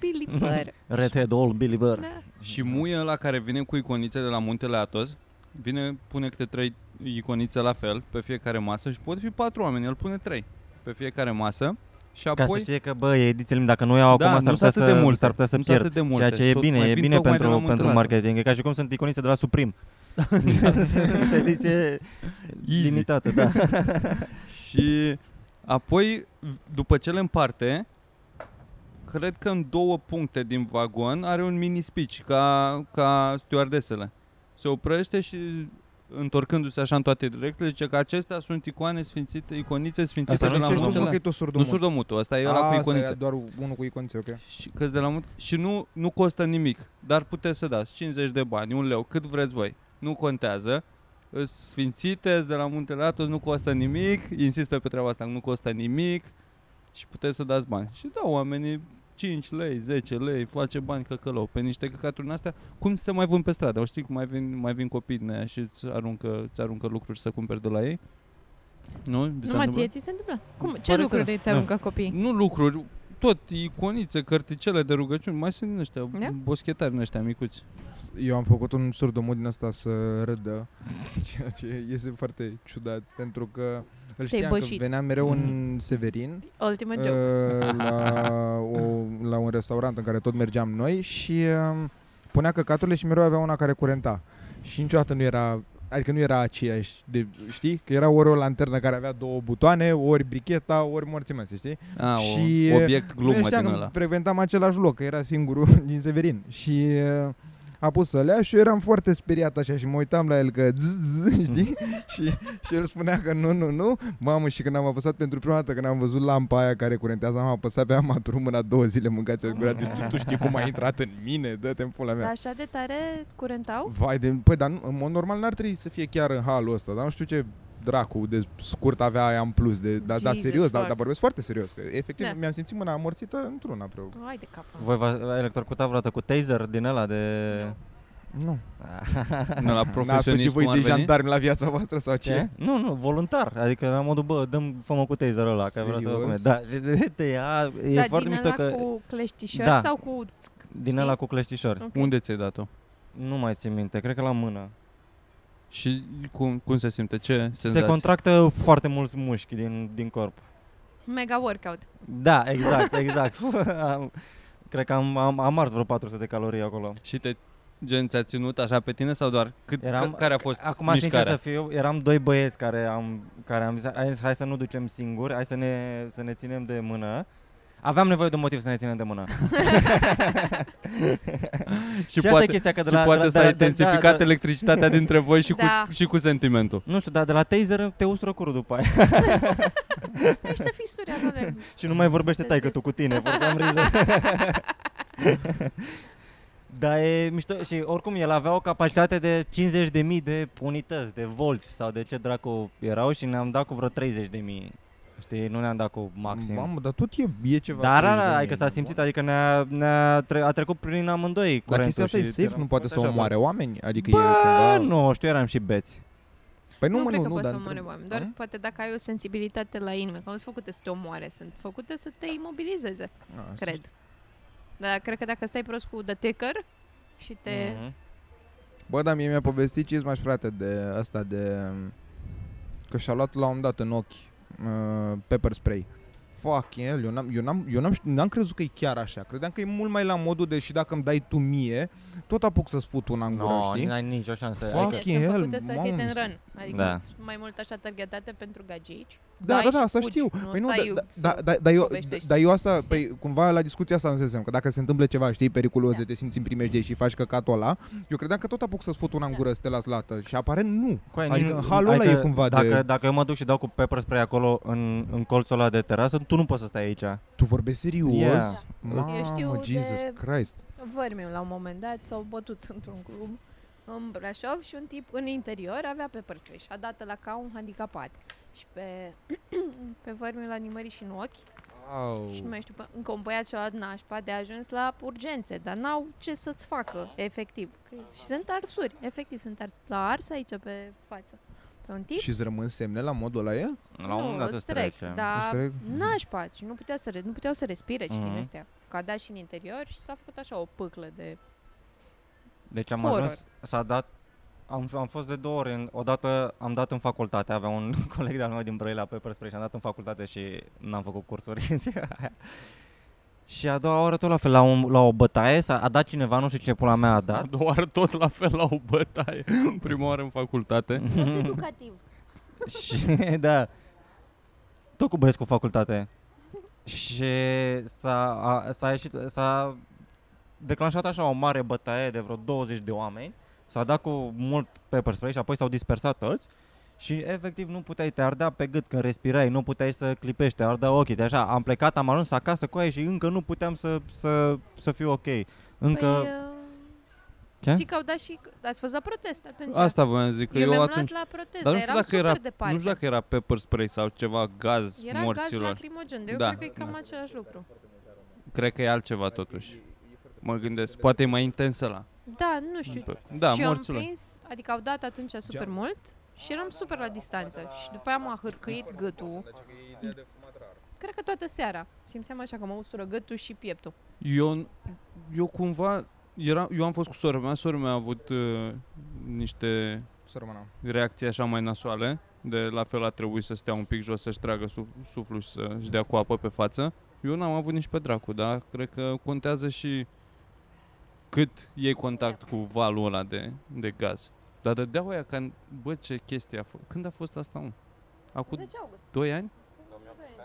Billy Burr. Redhead all Billy Burr. da. Și muie ăla care vine cu iconițe de la Muntele Atos, vine, pune câte trei iconițe la fel pe fiecare masă și pot fi patru oameni, el pune trei pe fiecare masă și Ca să apoi... știe că, bă, edițiile, dacă nu iau da, acum, s-ar nu putea sunt atât de să, mult, s-ar putea să nu sunt pierd. atât de multe. Ceea ce e Tot bine, mai e vin bine tocmai de la pentru, Muntele pentru Atos. marketing. E ca și cum sunt iconițe de la Supreme. sunt ediție Easy. limitată, da. Și apoi, după ce le împarte, cred că în două puncte din vagon are un mini speech ca, ca stewardesele. Se oprește și întorcându-se așa în toate direcțiile, zice că acestea sunt icoane sfințite, iconițe sfințite Asta de nu la ți-ai ce spus, spus, mă, Muntele. mă, că e tot surdomut. Nu surdomutul, ăsta e ăla Ah, cu asta era iconițe. doar unul cu iconițe, ok. Și, că de la mult, și nu, nu costă nimic, dar puteți să dați 50 de bani, un leu, cât vreți voi. Nu contează. Îs sfințite, îs de la Muntele Atos, nu costă nimic, insistă pe treaba asta, nu costă nimic și puteți să dați bani. Și da, oamenii 5 lei, 10 lei, face bani căcălău pe niște căcaturi din astea. Cum se mai vând pe stradă? O știi cum mai vin, mai vin copii din aia și îți aruncă, îți aruncă lucruri să cumperi de la ei? Nu? Vi s-a Numai întâmplat? ție ți se întâmplă? Cum, ce Pare că lucruri da. îți aruncă copiii? Nu lucruri, tot iconițe, cărticele de rugăciuni, mai sunt din ăștia, Da? boschetari din ăștia micuți. Eu am făcut un surdomut din asta să râdă, ceea ce este foarte ciudat, pentru că îl știam că bășit. veneam mereu Mm. în Severin, Ultimate joke. uh, la, o, la un restaurant în care tot mergeam noi și uh, punea căcaturile și mereu avea una care curenta. Și niciodată nu era, adică nu era aceeași, de, știi? Că era ori o lanternă care avea două butoane, ori bricheta, ori morții măse, știi? A, Și, o, obiect Nu glumă știam din că ăla. frecventam același loc, că era singurul din Severin. Și uh, a pus să lea și eu eram foarte speriat așa și mă uitam la el că zzz, zzz, știi? și, și el spunea că nu, nu, nu. Mamă, și când am apăsat pentru prima dată, când am văzut lampa aia care curentează, am apăsat pe amatul mâna două zile mâncați al gura. Deci tu, tu știi cum a intrat în mine, dă-te în pula mea. da. Dar așa de tare curentau? Vai de... Păi, dar nu, în mod normal n-ar trebui să fie chiar în halul ăsta, dar nu știu ce dracu de scurt avea aia în plus. De, da, da, Jesus, serios, dar fuck. da, vorbesc foarte serios. Că efectiv Da. da. mi-am simțit mâna amorțită într-una vreo. Hai de capul. Voi v-ați electrocutat vreodată cu taser din ăla de... Nu. Nu la N-ați profesionist cum voi ar de veni? jandarmi la viața voastră sau ce? Ce? Nu, nu, voluntar. Adică la modul, bă, dăm fă cu taserul ăla, că vreau să văd cum e. Serios? Da, te ia, e Dar foarte Da, din mișto ăla că cu cleștișor Da. sau cu... din ăla cu cleștișori. Ok. Unde ți-ai dat-o? Nu mai țin minte, cred că la mână. Și cum, cum se simte? Ce senzație? Se contractă foarte mulți mușchi din, din corp. Mega workout. Da, exact, exact. am, cred că am, am, am ars vreo 400 de calorii acolo. Și te, gen, ți-a ținut așa pe tine sau doar? Cât, Eram- Eram, care a fost Acum, mișcarea? sincer să fiu, eram doi băieți care am, care am zis, hai, hai să nu ducem singuri, hai să ne, să ne ținem de mână. Aveam nevoie de un motiv să ne ținem de mână. și, asta e poate, chestia, că de și la, poate de la, s-a de la, intensificat de la, de la, electricitatea dintre voi și, Da. cu, și cu sentimentul. Nu știu, dar de la taser te usură curul după aia. Ești fisuri, avale. Și nu mai vorbește Înțeles. taică tu cu tine, for some reason. Dar e mișto și oricum el avea o capacitate de 50.000 de unități, de volți sau de ce dracu erau și ne-am dat cu vreo 30.000. Știi, nu ne-am dat cu maxim. Mamă, dar tot e, e ceva. Dar da, cringe de da, adică mine. s-a simțit, adică ne-a, ne-a tre- a trecut prin amândoi Dar curentul. chestia asta e și safe, eram nu poate să foarte așa, omoare oameni? Adică e Bă, cumva... nu, știu, eram și beți. Păi Nu, nu, nu mă, cred nu, că nu, poți dar... să omoare oameni, doar poate dacă ai o sensibilitate la inimă, că nu sunt făcute să te omoare, sunt făcute să te imobilizeze, Ah, cred. Dar cred că dacă stai prost cu The Ticker și te... Mm. Mhm. Bă, dar mie mi-a povestit ce mai frate de asta de... Că și-a luat la un moment dat în ochi uh, pepper spray. Fuck el, eu n-am, eu n-am, eu n-am, ști- n-am crezut că e chiar așa. Credeam că e mult mai la modul de și dacă îmi dai tu mie, tot apuc să-ți fut una în gură, No, știi? n-ai nicio șansă. Fuck. Adică, Bine, Fucking sunt hell, făcute să hit and mamă. run, adică Da. mai mult așa targetate pentru gagici. Da, Dai da, da, și asta fugi, știu. nu Păi nu, stai da, să da, da, da, eu, povestești, da, eu asta, știi? păi, cumva la discuția asta nu se că dacă se întâmplă ceva, știi, periculos Da. de te simți în primejde și faci căcatul ăla, eu credeam că tot apuc să-ți fut una în Da. gură să te las lată și aparent nu. Coai, Adică nici- halul ăla adică e cumva de- dacă, Dacă eu mă duc și dau cu pepper spray acolo în, în colțul ăla de terasă, tu nu poți să stai aici. Tu vorbești serios? Yeah. Mamă, Eu știu de- Jesus Christ. Vărmiu la un moment dat s-au bătut într-un club în Brașov și un tip în interior avea pe spray și a dat la ca un handicapat. Și pe, pe Vărmiu l-a nimerit și în ochi Au. și nu mai știu, pe- încă un băiat și-a luat nașpa de a ajuns la urgențe, dar n-au ce să-ți facă, efectiv. Că- Și sunt arsuri, efectiv, sunt ars la ars aici pe față. Pe un tip Și îți rămân semne la modul ăla e? La un moment dat da. îți îți trec, trece. Îți dar trec? nașpa și Mm-hmm. nu, putea să, re- nu puteau să respire și din Mhm. astea. Că a dat și în interior și s-a făcut așa o pâclă de... Deci am Horror. ajuns, s-a dat, am, am fost de două ori, în- odată am dat în facultate, avea un coleg de-al meu din Brăila pe spray și am dat în facultate și n-am făcut cursuri în ziua aia. Și a doua oară tot la fel, la, un, la o bătaie, s-a a dat cineva, nu știu ce pula mea a Da? A dat. doua oară tot la fel la o bătaie. Prima oară în facultate. Tot educativ. Și da Tot cu băieți cu facultate Și s-a, a, s-a ieșit S-a declanșat așa o mare bătaie De vreo 20 de oameni S-a dat cu mult pepper spray și apoi s-au dispersat toți și efectiv nu puteai, te ardea pe gât când respirai, nu puteai să clipești, te ardea ochii, te așa, am plecat, am ajuns acasă cu aia și încă nu puteam să, să, să fiu ok. Încă... Păi, Ce? Ce? Știi că au dat și... Ați fost la protest atunci. Asta voiam să zic, că eu, eu, mi-am atunci... luat la protest, Dar dar, nu știu, eram dacă super era, departe. nu știu dacă era pepper spray sau ceva gaz era gaz morților. lacrimogen, dar eu Da, cred că e cam da. același lucru. Cred că e altceva totuși. Mă gândesc, poate e mai intens ăla. Da, nu știu. Da, și eu am morților. prins, adică au dat atunci super mult și eram super la distanță. Și după aia m-a hârcâit gâtul. Cred că toată seara. Simțeam așa că mă ustură gâtul și pieptul. Eu, eu cumva, era, eu am fost cu sora mea, sora mea a avut uh, niște Să rămână. reacții așa mai nasoale, de la fel a trebuit să stea un pic jos, să-și tragă suf- suflul și să-și dea cu apă pe față. Eu n-am avut nici pe dracu, dar cred că contează și cât iei contact cu valul ăla de, de gaz. Dar dădeau aia ca, bă, ce chestie a fost. Când a fost asta, mă? Acum 10 august. 2 ani? 2000?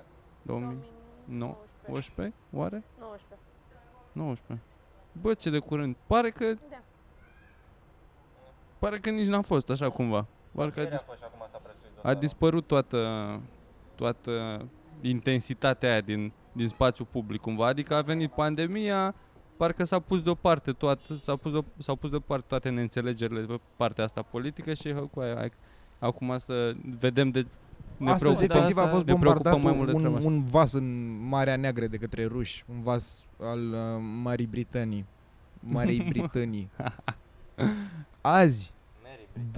2019. 11, oare? 19. 19. Bă, ce de curând. Pare că Da. Pare că nici n-a fost așa cumva. Parcă a, dis- a dispărut toată, toată intensitatea aia din, din spațiu public cumva. Adică a venit pandemia, parcă s-a pus deoparte toată, s-a pus, de, s-au pus deoparte toate neînțelegerile pe partea asta politică și hă, cu aia, hai, acum să vedem de ne Astăzi, preocupăm. efectiv, a asta, fost ne preocupă bombardat mai un, mult de treaba un, asta. un vas în Marea Neagră de către ruși, un vas al uh, Marii Britanii. Marii Britanii. Azi,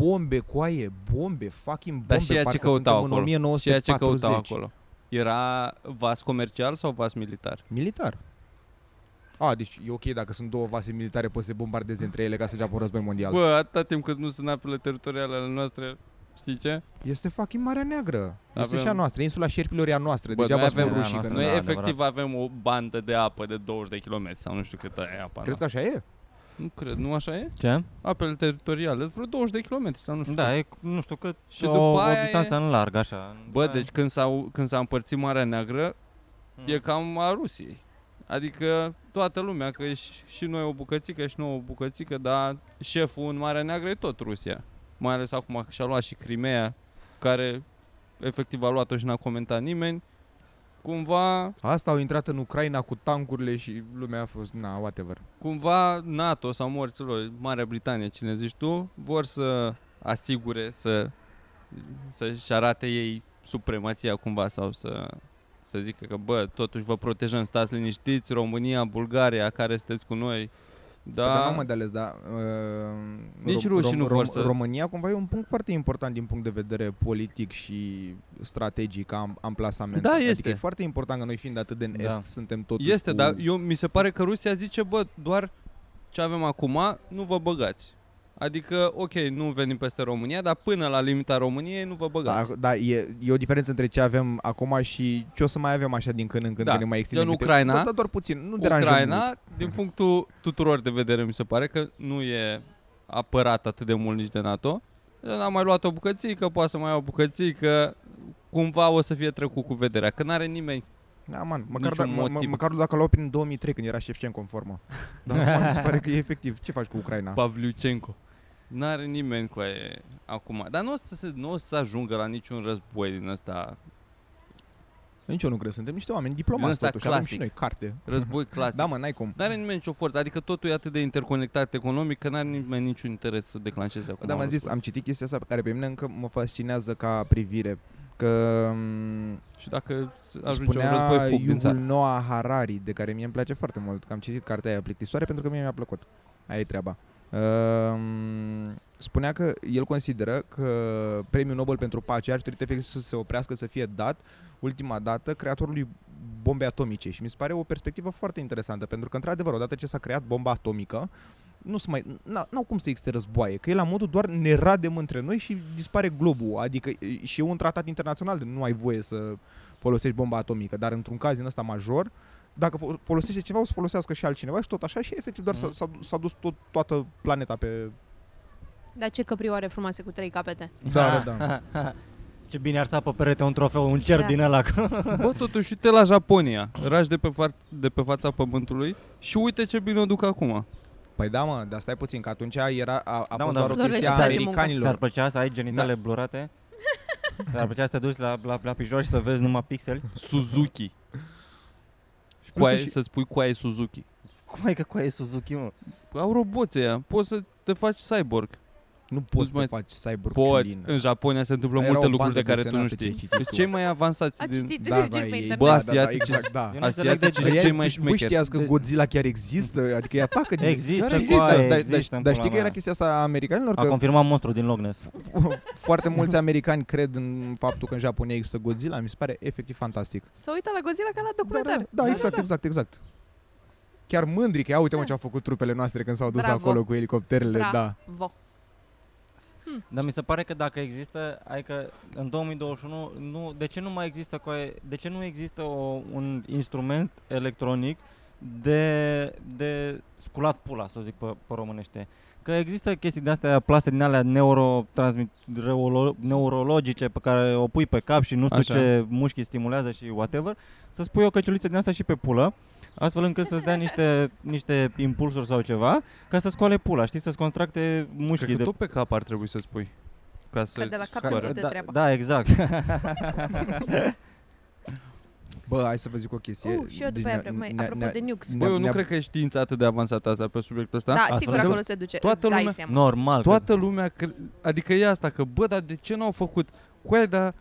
bombe, coaie, bombe, fucking bombe. Dar și ea ce parcă căutau acolo? suntem În 1940. Ceea ce căutau acolo. Era vas comercial sau vas militar? Militar. A, deci e ok dacă sunt două vase militare, poți să se bombardeze între ele ca să înceapă un război mondial. Bă, atâta timp cât nu sunt apele teritoriale ale noastre, știi ce? Este fucking Marea Neagră. Este Avem- și a noastră. Insula șerpilor e a noastră. Bă, Degeaba noi avem avem- rușii. Da, că nu- noastră. Noi adevărat. efectiv avem o bandă de apă de 20 de km sau nu știu cât e apa. Crezi că noastră. așa e? Nu cred, nu așa e? Ce? Apele teritoriale, sunt vreo 20 de km sau nu știu. cât. Da, e, nu știu cât, Și o, după o aia e- distanță în larg, așa. Bă, Da. deci când s-a, când s-a împărțit Marea Neagră, Mm. e cam a Rusiei. Adică toată lumea, că e și, și noi o bucățică și nouă o bucățică, dar șeful în Marea Neagră e tot Rusia. Mai ales acum că și-a luat și Crimea, care efectiv a luat-o și n-a comentat nimeni. Cumva Asta au intrat în Ucraina cu tancurile și lumea a fost, na, whatever. Da. cumva NATO sau morților, Marea Britanie, cine zici tu, vor să asigure să să-și arate ei supremația cumva sau să, să zică că bă, totuși vă protejăm, stați liniștiți, România, Bulgaria, care sunteți cu noi. Da. Dar Da, n-am de ales, dar... Uh, Nici rușii nu vor să- România cumva e un punct foarte important din punct de vedere politic și strategic am, amplasament. Da, Adică este. e foarte important că noi fiind atât de în Da. est, suntem totuși este, cu... dar eu, mi se pare că Rusia zice, bă, doar ce avem acum, nu vă băgați. Adică, ok, nu venim peste România, dar până la limita României nu vă Da, băgați. da e, e o diferență între ce avem acum și ce o să mai avem așa din când în când, Da, că ne mai extindem. în câte- Ucraina- Da, da, doar puțin, nu deranjăm mult. Ucraina, din punctul tuturor de vedere, mi se pare că nu e apărat atât de mult nici de NATO. N-a mai luat o bucățică, poate să mai ia o bucățică, cumva o să fie trecut cu vederea, că n-are nimeni. Da, man, măcar, da, Niciun mă, mă- motiv. măcar dacă luau prin 2003 când era Șefcenco în formă. Dar acum mi se pare că e efectiv. Ce faci cu Ucraina? Pavliucenko. N-are nimeni cu aia acum. Dar nu o să, se, nu o să ajungă la niciun război din ăsta, Nici eu nu cred, suntem niște oameni diplomați ăsta totuși, clasic. avem și clasic. noi carte. război clasic. Da, mă, n-ai cum. N-are nimeni nicio forță, adică totul e atât de interconectat economic că n-are nimeni niciun interes să declanșeze acum. Da, un m-am zis, război. am citit chestia asta pe care pe mine încă mă fascinează ca privire. Că mm, m, Și dacă ajunge un spunea război fug din Yuval țară. Noah Harari, de care mie îmi place foarte mult, că am citit cartea aia plictisoare pentru că mie mi-a plăcut. Aia e treaba. Um, spunea că el consideră că premiul Nobel pentru pace ar trebui efectiv să se oprească, să fie dat ultima dată creatorului bombe atomice și mi se pare o perspectivă foarte interesantă pentru că într-adevăr odată ce s-a creat bomba atomică nu se mai, n- n-au cum să existe războaie, că e la modul doar ne radem între noi și dispare globul, adică e- și e un tratat internațional de nu ai voie să folosești bomba atomică, dar într-un caz din ăsta major, dacă fo- folosește ceva, o să folosească și altcineva și tot așa și efectiv doar s-a, Mhm. s-a, s-a dus tot, toată planeta pe... Dar Da, ce căprioare frumoase cu trei capete. Da, da, da. Ce bine ar sta pe perete un trofeu, un cer Da. din ăla. Bă, totuși, uite la Japonia, rași de pe, fa- de pe fața pământului și uite ce bine o duc acum. Păi da, mă, dar stai puțin, că atunci era, a, a Da, fost mă, dar- doar o Lor le chestie a și place munca. Ți-ar americanilor. plăcea să ai genitale blurate? Ți-ar plăcea să te duci la, la, la pijor și să vezi numai pixeli? Suzuki. Plus că Coaie, și- Să-ți pui coaie Suzuki. Cum ai că cu aia e Suzuki, mă? Au roboți ea, poți să te faci cyborg. Nu poți să mai- faci Da, cyber Poți. În Japonia se întâmplă Era multe o lucruri bandă de care tu nu desenată ce ai știi. citit Deci tu. cei mai avansați A din... citit da, Virgil da, pe ei- internet. Bă, da, da, da, asiaticii- exact, da. Eu nu înțeleg de Asiatici ce. sunt cei Ei, mai deci voi șmecheri. știați că De- Godzilla chiar există, adică e atacă din... Există, chiar există, coaie, dar, există, dar, în dar pula știi că era mea. chestia asta a americanilor? A Că confirmat monstru din Loch Ness. foarte mulți americani cred în faptul că în Japonia există Godzilla, mi se pare efectiv fantastic. S-a uitat la Godzilla ca la documentar. Da, da, exact, exact, exact. Chiar mândri că ia uite mă ce au făcut trupele noastre când s-au dus Da. Bravo. acolo cu elicopterele, Bravo. da. Vo. Dar mi se pare că dacă există, adică în 2021, nu, de ce nu mai există, coaie, de ce nu există o, un instrument electronic de, de sculat pula, să o zic pe, pe românește? Că există chestii de astea plase din alea neurotransmit- reolo- neurologice pe care o pui pe cap și nu știu Așa. ce mușchi stimulează și whatever, să spui o căciuliță din asta și pe pulă astfel încât să-ți dea niște, niște impulsuri sau ceva, ca să scoale pula, știi, să-ți contracte mușchii Cred că de... tot pe cap ar trebui să spui. Ca să de la cap Ca- să-i soară. de da, treaba. da, exact. Bă, hai să vă zic o chestie. Uh, și eu după Deci aia ne- vreau, mai, ne- apropo ne- Da? de nukes. ne- Bă, eu nu ne-a- cred că e știința atât de avansată asta pe subiectul ăsta. Da, Asta sigur, înseamnă- acolo se duce. toată Îți dai lumea- seama. Normal. Toată lumea, cre- adică e asta, că bă, dar de ce n-au făcut? Coaie, dar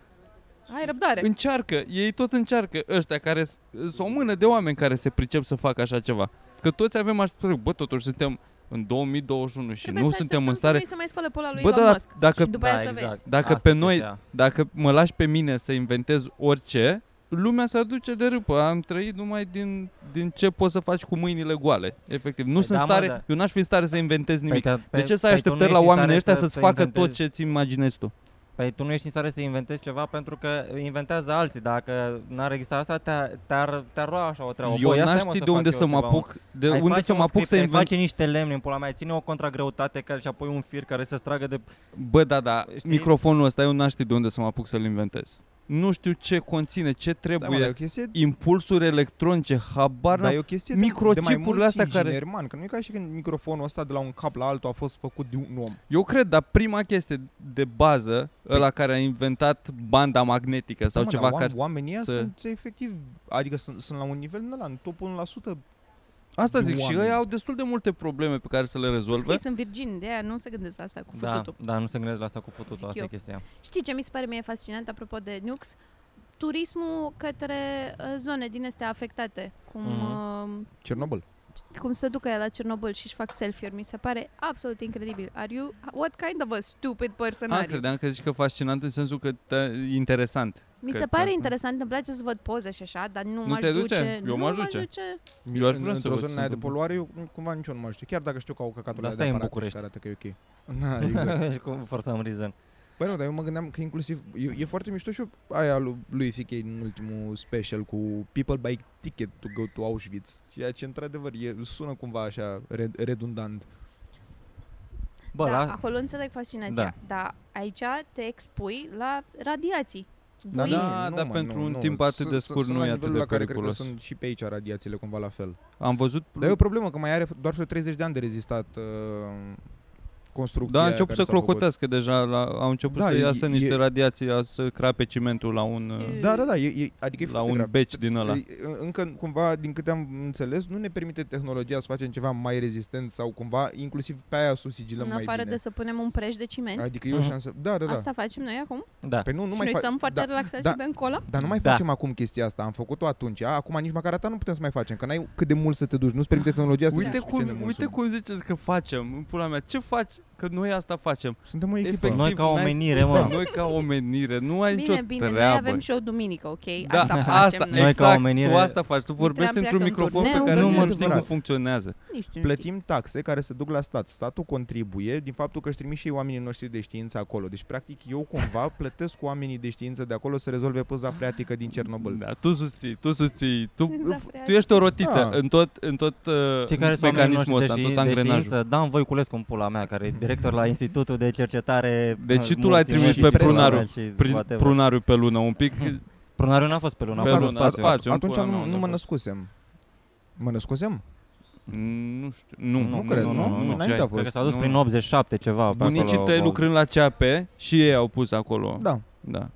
Ai răbdare. Încearcă, ei tot încearcă, ăștia care s- sunt o mână de oameni care se pricep să facă așa ceva. Că toți avem așteptări, bă, totuși suntem în 2021 și Trebuie nu Păi să suntem așteptăm în să stare. vei Să mai spăle pula lui Bă, Elon da, Musk. dacă- Și după da, aia să exact. vezi. Dacă Asta pe e noi- ideea. Dacă mă lași pe mine să inventez orice, lumea se aduce de râpă. Am trăit numai din, din ce poți să faci cu mâinile goale. Efectiv, nu Păi sunt da, mă, stare, da. eu n-aș fi în stare să inventez nimic. Păi, te- de pe- ce să ai păi tu nu așteptări la ești în oamenii stare ăștia să-ți facă inventezi- tot ce-ți imaginezi tu? Păi tu nu ești în stare să inventezi ceva pentru că inventează alții. Dacă n-ar exista asta, te-ar, te-ar, te-ar roa așa o treabă. eu Băi, ia n-aș stai, mă, ști să de fac unde eu să mă ceva, apuc, de Ai unde face să un mă apuc script, să ai invent. face niște lemne în pula mea, ține o contragreutate care și apoi un fir care să stragă de... Bă, da, da, Știi? Știi? microfonul ăsta eu n-aș ști de unde să mă apuc să-l inventez. Nu știu ce conține, ce Stai, mă, trebuie, dar e o Stai, chestie impulsuri electronice, habar Dar n e o chestie de- de mai microchipurile mulți astea care- ingineri, Man, că nu e ca și când microfonul ăsta de la un cap la altul a fost făcut de un om. Eu cred, dar prima chestie de bază, ăla care a inventat banda magnetică sau Da, Păi- mă, ceva dar oam- care... Oamenii ăia să- sunt efectiv, adică sunt, sunt la un nivel din ăla, în top 1%. Asta de zic, și oameni. ei au destul de multe probleme pe care să le rezolve. Ei sunt virgini, de aia nu se gândesc la asta cu Da, fututul. da, nu se gândesc la asta cu fututul, Zic asta e eu. chestia. Știi ce mi se pare mie fascinant apropo de nukes? Turismul către uh, zone din astea afectate, cum, Mhm. mm Cernobâl. uh, cum se ducă ea la Cernobâl și își fac selfie-uri, mi se pare absolut incredibil. Are you, what kind of a stupid person A, are you? Ah, credeam că zici că fascinant în sensul că te- e interesant. Mi că se ți-ar- pare interesant, îmi place să văd poze și așa, dar nu, Nu m-aș te duce? duce. Eu nu m-aș m-aș duce. duce. Eu aș În- vrea să Într-o văd ce zonă se aia de întâmplă. poluare, eu cum- cumva nici eu nu mă știu. Chiar dacă știu că au căcatul Dar ăla de stai în aparate și București. care arată că e ok. Na, exact. Cum for some reason. Băi, nu, dar eu mă gândeam că inclusiv, e, e foarte mișto și aia lui lui C.K. în ultimul special cu People Buy Ticket to Go to Auschwitz. Ceea ce, într-adevăr, e, sună cumva așa red, redundant. Bă, da, la... acolo înțeleg fascinația, da. dar aici te expui la radiații. Dar Voi- da, dar mă, pentru un nu. timp atât Sunt- de sunt- scurt sunt nu la e atât nivelul de la care cred că periculos. sunt și pe aici radiațiile cumva la fel. Am văzut... Dar e o problemă că mai are doar vreo 30 de ani de rezistat uh, construcția Da, a aia început care să s-a făcut. clocotească deja, la, au început Da, să e- iasă e- niște radiații, a- să crape cimentul la un... uh, Da, da, da, e, e, adică e la foarte un grav. beci din ăla. E- Încă, cumva, din câte am înțeles, nu ne permite tehnologia să facem ceva mai rezistent sau cumva, inclusiv pe aia să o sigilăm În mai afară bine. de să punem un preș de ciment, Adică e o Mhm. șansă. Da, da, da. asta facem noi acum? Da. Păi nu, nu și mai noi fa- stăm foarte da, relaxați da. și bem cola? dar nu mai Da. facem acum chestia asta, am făcut-o atunci, a, acum nici măcar asta nu putem să mai facem, că n-ai cât de mult să te duci, nu-ți permite tehnologia să Uite te duci suficient de cum, mult uite sub- cum ziceți că facem, în pula mea, ce faci? Că noi asta facem. Suntem o echipă. Efectiv, Noi ca n-ai- omenire, mă. Da, Noi ca omenire, nu ai Bine, nicio bine, treabă. noi avem show duminică, ok? da, asta facem asta, noi. ca exact, omenire- tu asta faci. Tu vorbești prea într-un pleacă în microfon pe turneu, care nu nu, mă nu știi întorc. cum funcționează. Nici tu nu știi. Plătim taxe care se duc la stat. Statul contribuie din faptul că își trimite și ei oamenii noștri de știință acolo. Deci, practic, eu cumva plătesc cu oamenii de știință de acolo să rezolve păza freatică din Cernobâl. Da, tu susții, tu susții, tu, Zafrează. tu ești o rotiță Da. în tot, în tot uh, Știi Ah. care sunt oamenii mecanismul noștri ăsta, de, în ști- tot de angrenajul. știință? Dan Voiculescu în pula mea, care e director la Institutul de Cercetare Deci și tu Mulțimii l-ai și trimis pe Pula Mea Prunaru, și Prin whatever. prunariu pe lună un pic, Prunariu n-a fost pe luna, Pe a fost lună, în spațiu. spațiu. în Atunci pula mea, nu, unde nu a mă fost. născusem. Mă născusem? Nu știu. Nu, Nu cred, nu? ce Înainte ai? a fost. Cred că s-a dus Nu. prin 87 ceva. pe Bunicii acolo, tăi o- lucrând la CAP și ei au pus acolo. Da. da.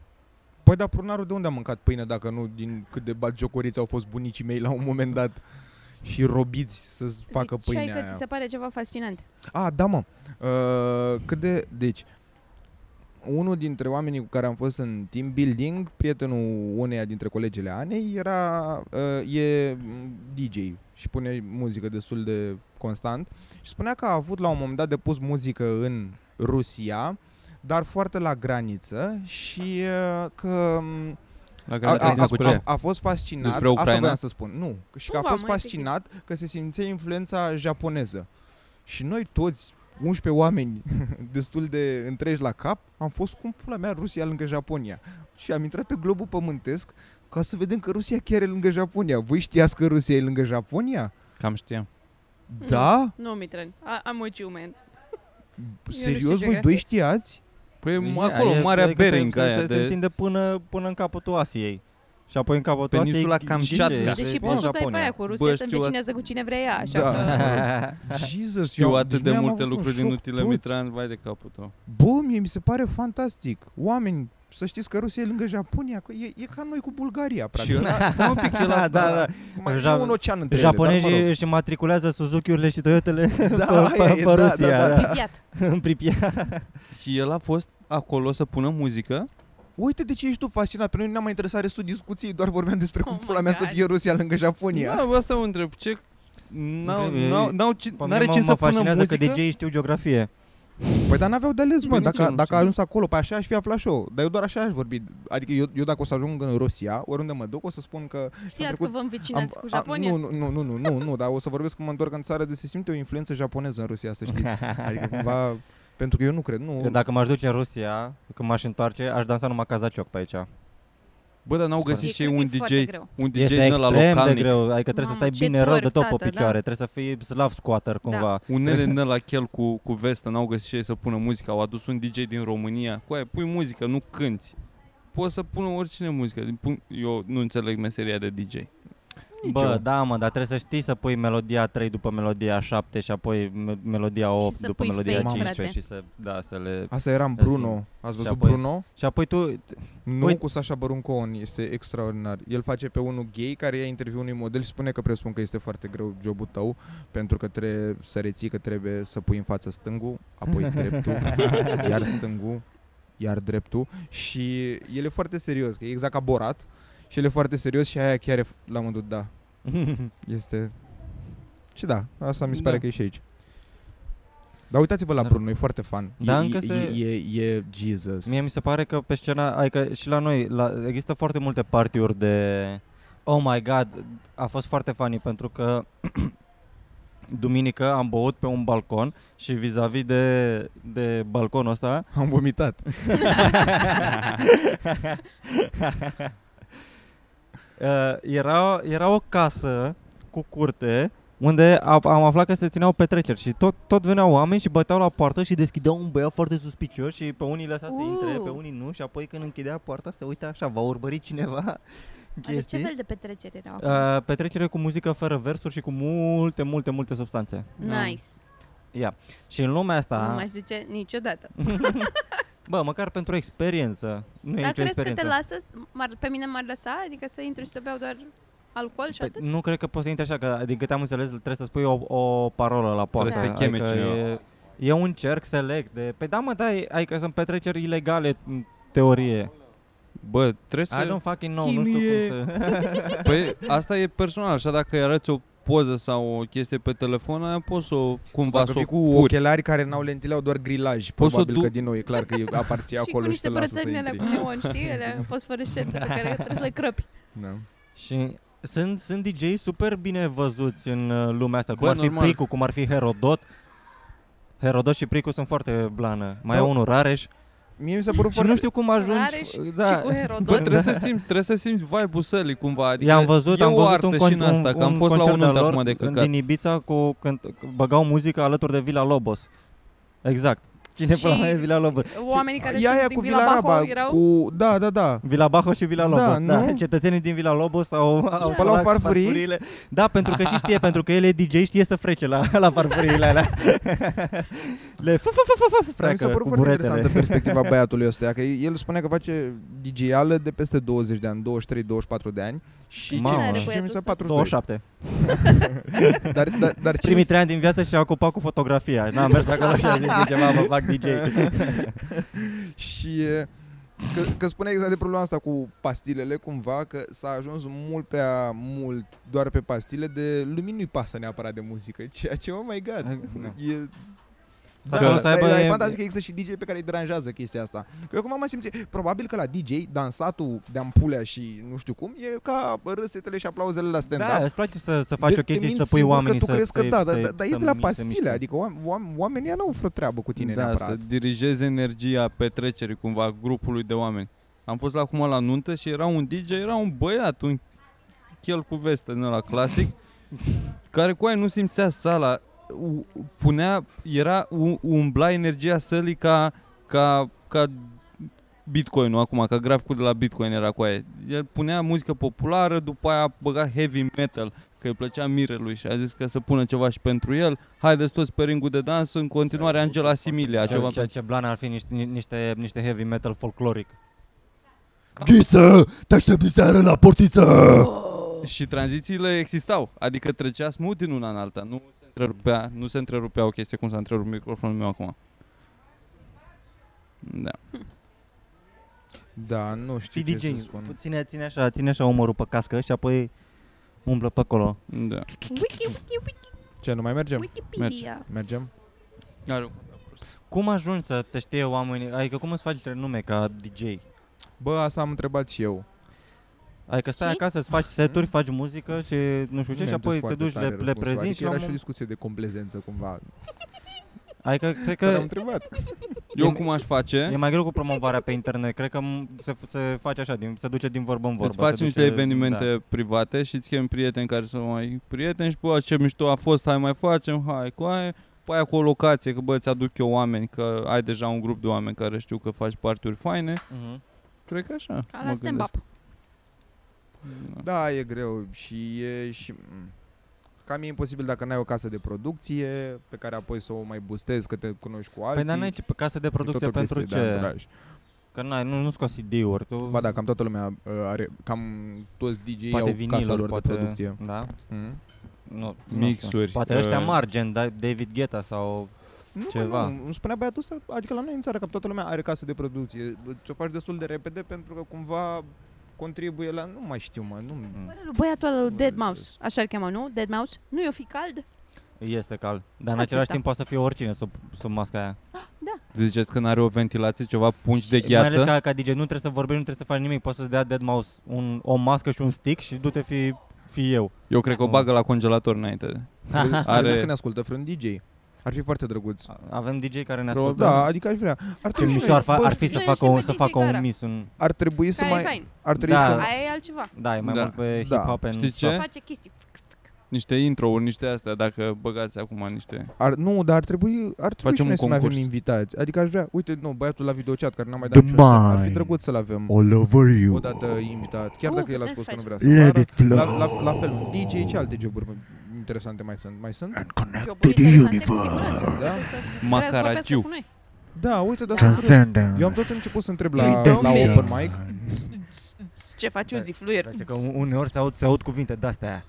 Păi, dar prunarul de unde a mâncat pâine dacă nu din cât de bagiocoriți au fost bunicii mei la un moment dat și robiți să facă deci, pâinea ai că aia. ți se pare ceva fascinant. A, da, mă. Uh, cât de... Deci, unul dintre oamenii cu care am fost în team building, prietenul uneia dintre colegele Anei, era, uh, e mm, DJ și pune muzică destul de constant și spunea că a avut la un moment dat de pus muzică în Rusia, dar foarte la graniță și uh, că mm, La a, granița a, cu a, ce? a fost fascinat, Despre asta Ucraina? voiam să spun, nu, și că a Cumva, fost mă, fascinat că se simțea influența japoneză. Și noi toți, 11 oameni destul de întregi la cap, am fost cum pula mea Rusia lângă Japonia. Și am intrat pe globul pământesc ca să vedem că Rusia chiar e lângă Japonia. Voi știați că Rusia e lângă Japonia? Cam știam. Mm. Da? Nu, Mitren, I- I'm with you, man. nu știu Serios, voi geografie. doi știați? Păi Ia, acolo, e- Marea adică se- Bering se, aia se, de... se întinde până, până în capătul Asiei. Și apoi în capătul asta e Peninsula G- Kamchatka. Gizeh, Deși Deși din poți să dai pe Japonia. aia cu Rusia, Bă, se știu at- îmbecinează cu cine vrei ea, așa Da. că... Jesus, Știu eu- atât deci de noi am multe avut un lucruri șoc inutile, toți. Mitran, vai de capul tău. Bă, mie mi se pare fantastic. Oameni, să știți că Rusia e lângă Japonia, că e, e ca noi cu Bulgaria, Și practic. ăla, stai un pic, el Da, da, da. Mai Ja- e un ocean între Japonezii ele, își matriculează Suzuki-urile și Toyotele Da, pe, aia pe, pe e, da, da, Rusia, da. da. Iată, în Pripia. Și el a fost acolo să pună muzică dar, mă rog. Uite de ce ești tu fascinat, pe noi nu ne-a mai interesat restul discuției, doar vorbeam despre cum Oh my pula mea să God. fie Rusia lângă Japonia. Da, asta o întreb. Ce... N-au, Întreb, e- n-au, n-au, ce, Pe n-are mine ce mă- să mă pună fascinează muzică? că DJ știu geografie. Păi dar n-aveau de ales, Bă, mă, nici eu dacă, nu dacă știu. a ajuns acolo, pe așa aș fi aflat și eu. Dar eu doar așa aș vorbi. Adică eu, eu dacă o să ajung în Rusia, oriunde mă duc, o să spun că... am știați că trecut- vă învecinați cu Japonia? nu, nu, nu, nu, nu, nu, nu, dar o să vorbesc când mă întorc în țară de se simte o influență japoneză în Rusia, să știți. Adică cumva, pentru că eu nu cred, nu. Că dacă m-aș duce în Rusia, când m-aș întoarce, aș dansa numai cazacioc pe aici. Bă, dar n-au Foarte. găsit și ei cred că e un foarte DJ, greu. Adică un DJ este din ăla extrem de Deci localnic. greu, adică trebuie să Mamă, stai ce bine rău de tot twerk, pe tată, da. picioare, trebuie să fii slav squatter cumva. Unele din la chel cu, cu vestă n-au găsit și ei să pună muzică. Au adus un DJ din România. Cu aia, pui muzică, nu cânti. Poți să pună oricine muzică. Din punct- Eu nu înțeleg meseria de DJ. Nici Bă, eu. da, mă, dar trebuie să știi să pui melodia 3 după melodia 7 și apoi me- melodia 8 să după pui melodia fake, 15 frate. și să, da, să le... Asta era în Asta e. Bruno. Ați văzut apoi- Bruno? Și apoi tu, Nu Uite- cu Sasha Baron Cohen, este extraordinar. El face pe unul gay care ia interviu unui model și spune că presupun că este foarte greu jobul tău pentru că trebuie să reții că trebuie să pui în față stângul, apoi dreptul, iar stângul, iar dreptul și el e foarte serios, că e exact ca Borat și el e foarte serios și aia chiar e f- la modul da. Este și da, asta mi se pare Da. că e și aici. Dar uitați-vă la Da. Bruno, e foarte fan. Da, e, încă e, se- e, e, Jesus. Mie mi se pare că pe scena, adică și la noi, la, există foarte multe partiuri de Oh my god, a fost foarte funny pentru că duminică am băut pe un balcon și vis-a-vis de, de balconul ăsta Am vomitat. Uh, era, era o casă cu curte unde a, am aflat că se țineau petreceri și tot, tot veneau oameni și băteau la poartă și deschideau un băiat foarte suspicios și pe unii lăsa să intre, Uh. pe unii nu și apoi când închidea poarta se uita așa, va urmări cineva Adică ce chestii. fel de petrecere erau? acolo? Uh, petrecere cu muzică fără versuri și cu multe, multe, multe substanțe. Nice. Și în lumea asta... Da. Da. Nu m-aș duce niciodată. Bă, măcar pentru experiență. Nu e Dar nicio crezi că experiență. te lasă? M-ar, pe mine m-ar lăsa? Adică să intru și să beau doar alcool și Păi, atât? nu cred că poți să intri așa, că din câte am înțeles trebuie să spui o, o parolă la poartă. Trebuie să te cheme adică cineva. e, e un cerc select de... Păi da, mă, da, e- adică sunt petreceri ilegale în teorie. Bă, trebuie I don't să... fucking know, nu știu cum să... Păi, asta e personal. Așa dacă îi arăți o poză sau o chestie pe telefon, aia poți să o, cumva Dacă să o fii cu furi. ochelari care n-au lentile, au doar grilaj. Poți să Probabil du- că din nou e clar că e- aparție și cu acolo și niște te lasă să brățări alea intri. cu neon, știi? Ele fost fără șertă pe care trebuie să le crăpi. Da. Și sunt, sunt DJ super bine văzuți în uh, lumea asta, cum Bă, ar fi normal. Pricu, cum ar fi Herodot. Herodot și Pricu sunt foarte blană. Mai Da. e unul, Rareș. Mie mi s-a părut Și nu foarte... știu cum ajungi... Rareș da. și cu Herodot. Bă, trebuie să simți, trebuie să simți vibe-ul sălii cumva. Adică I-am văzut, e am o văzut artă un, și con- în asta, un, că am fost la concert un de-al de lor acum de în- căcat. Din Ibiza cu, când băgau muzică alături de Vila Lobos. Exact. Cine Și- pula mea e Vila Lobos? Oamenii care Ea sunt aia din cu Vila Bajo erau... cu... Da, da, da. Vila Bajo și Vila Da, Lobos, da, nu? cetățenii din Vila Lobos au, au Spălau spălat farfurii? farfurile. Da, pentru că și știe, pentru că el e DJ, știe să frece la, la farfuriile alea. Le fu, fu, fu, fu, fu, Dar mi s-a freacă părut cu foarte buretele. interesantă perspectiva băiatului ăsta, că el spunea că face DJ-ală de peste 20 de ani, 23-24 de ani. Și ce ce- Mamă. și are ce băiatul mi s-a ăsta? 42. 27. Dar, dar, dar ce mi Primii se- trei ani din viață și-a ocupat cu fotografia. N-am mers acolo și a zis "E ceva, mă fac DJ. Și e, că, că spune exact de problema asta cu pastilele cumva, că s-a ajuns mult prea mult doar pe pastile de lumini nu-i pasă neapărat de muzică, ceea ce, oh my god, Da. e Dar Da, o să dar, aibă- dar e e- fantastic că există și DJ pe care îi deranjează chestia asta. Că eu acum m-am simțit, probabil că la DJ dansatul de ampulea și nu știu cum e ca râsetele și aplauzele la stand-up. Da, îți place să, să faci De- o te chestie și să minți pui singur oamenii că tu să crezi că să- da, dar să- da, dar e să de la mi- să miște. pastile, adică oam- oam- oamenii ăia n-au vreo treabă cu tine da, neapărat. să dirigezi energia petrecerii cumva grupului de oameni. Am fost la acum la nuntă și era un DJ, era un băiat, un chel cu vestă din ăla clasic, care cu aia nu simțea sala. U- Punea, era, u- umbla energia sălii ca, ca, ca Bitcoin-ul acum, că graficul de la Bitcoin era cu aia. El punea muzică populară, după aia băga heavy metal, că îi plăcea mirelui și a zis că să pună ceva și pentru el. Haideți toți pe ringul de dans, în continuare Angela Similia, Ceea ceva ce, ce blană ar fi niște, niște, niște heavy metal folcloric. Ghiță, te aștept seară la portiță! Oh. Și tranzițiile existau, adică trecea smooth din una în alta, nu se întrerupea, nu se întrerupea o chestie cum s-a întrerupt microfonul meu acum. Da. Da, nu știu Fii ce să DJ, spun. ține, ține, așa, ține așa umărul pe cască și apoi umblă pe acolo. Da. Wiki, wiki, wiki, Ce, nu mai mergem? Wikipedia. Mergem? Are, Cum ajungi să te știe oamenii, adică cum îți faci renume ca DJ? Bă, asta am întrebat și eu. Adică stai Și? acasă, îți faci seturi, faci muzică și nu știu ce și Mi-am dus apoi te foarte duci, tare le, le răspunsul, prezinti adică și era la și o un... discuție de complezență cumva. Adică cred Că am că întrebat. eu cum aș face? e mai greu cu promovarea pe internet, cred că m- se, se face așa, din, se duce din vorbă în vorbă. Îți faci se niște duce- evenimente da. private și îți chemi prieteni care să mai prieteni și bă, ce mișto a fost, hai mai facem, hai cu aia. Păi aia cu o locație, că bă, ți-aduc eu oameni, că ai deja un grup de oameni care știu că faci parturi faine. Da. Mhm. Cred că așa. Ca mă la stand-up. gândesc. Da. Da, e greu și e și... mm. Cam e imposibil dacă n-ai o casă de producție pe care apoi să o mai boostezi, că te cunoști cu alții. Păi dar n-ai ce- pe casă de E tot o producție pentru chestie de ce? anturaj. Că n-ai, nu, nu scoți CD-uri, tu... Ba da, cam toată lumea uh, are, cam toți DJ poate au casa viniluri, lor poate... de producție. Da? Mm? Nu, Nu Mixuri, știu. Poate ăștia uh, mari, gen Da- David Guetta sau... Nu, mă, Ceva. Nu, îmi spunea băiatul ăsta, adică la noi în țară, că toată lumea are casă de producție. Ți-o faci destul de repede pentru că cumva contribuie la... Nu mai știu, mă, nu... Bă, lui Băiatul ăla lui Dead Mouse, așa îl cheamă, nu? Dead Mouse? Nu i-o fi cald? Este cald. Dar în Atâta. același timp poate să fie oricine sub, sub masca aia. Ziceți că n-are o ventilație, ceva pungi de Mai ales gheață? ca, ca DJ, nu trebuie să vorbești, nu trebuie să faci nimic. Poți să-ți dea dead mouse un, o mască și un stick și du-te fi, fi eu. Eu cred că o Oh. bagă la congelator înainte. Are... Are- Credeți că ne ascultă vreun DJ? Ar fi foarte drăguț. Avem DJ care ne Probabil. ascultă. Da, adică aș vrea. Ar Ce trebui, mișto ar, fa- bă, ar fi să Noi facă știm un, pe să DJ facă un Gara. mis, un... ar trebui să Care e mai... fain. Ar trebui Da. să... Aia e altceva. Da, e mai Da. mult pe Da. hip-hop and Știi stuff. ce? Face chestii. Niște intro-uri, niște astea, dacă băgați acum niște... Ar, nu, dar ar trebui, ar Facem trebui și un noi să mai avem concurs. invitați. Adică aș vrea, uite, nu, băiatul la videochat care n-a mai The dat niciun semn. Ar fi Mind. drăguț să-l avem All over you. odată invitat. Chiar Uh, dacă el a putem spus să că nu vrea facem. să apară. flow. La, la, la fel, un DJ, ce alte joburi interesante mai sunt? Mai sunt? Joburi the interesante, e cu universe. siguranță. Da? Macaraciu. Da, uite, dar sunt curios. Transcendence. Eu am tot început să întreb Ei, la, domnule. la open mic. Ce faci, Uzi, fluier? Zice că un- uneori se aud, se aud cuvinte de-astea.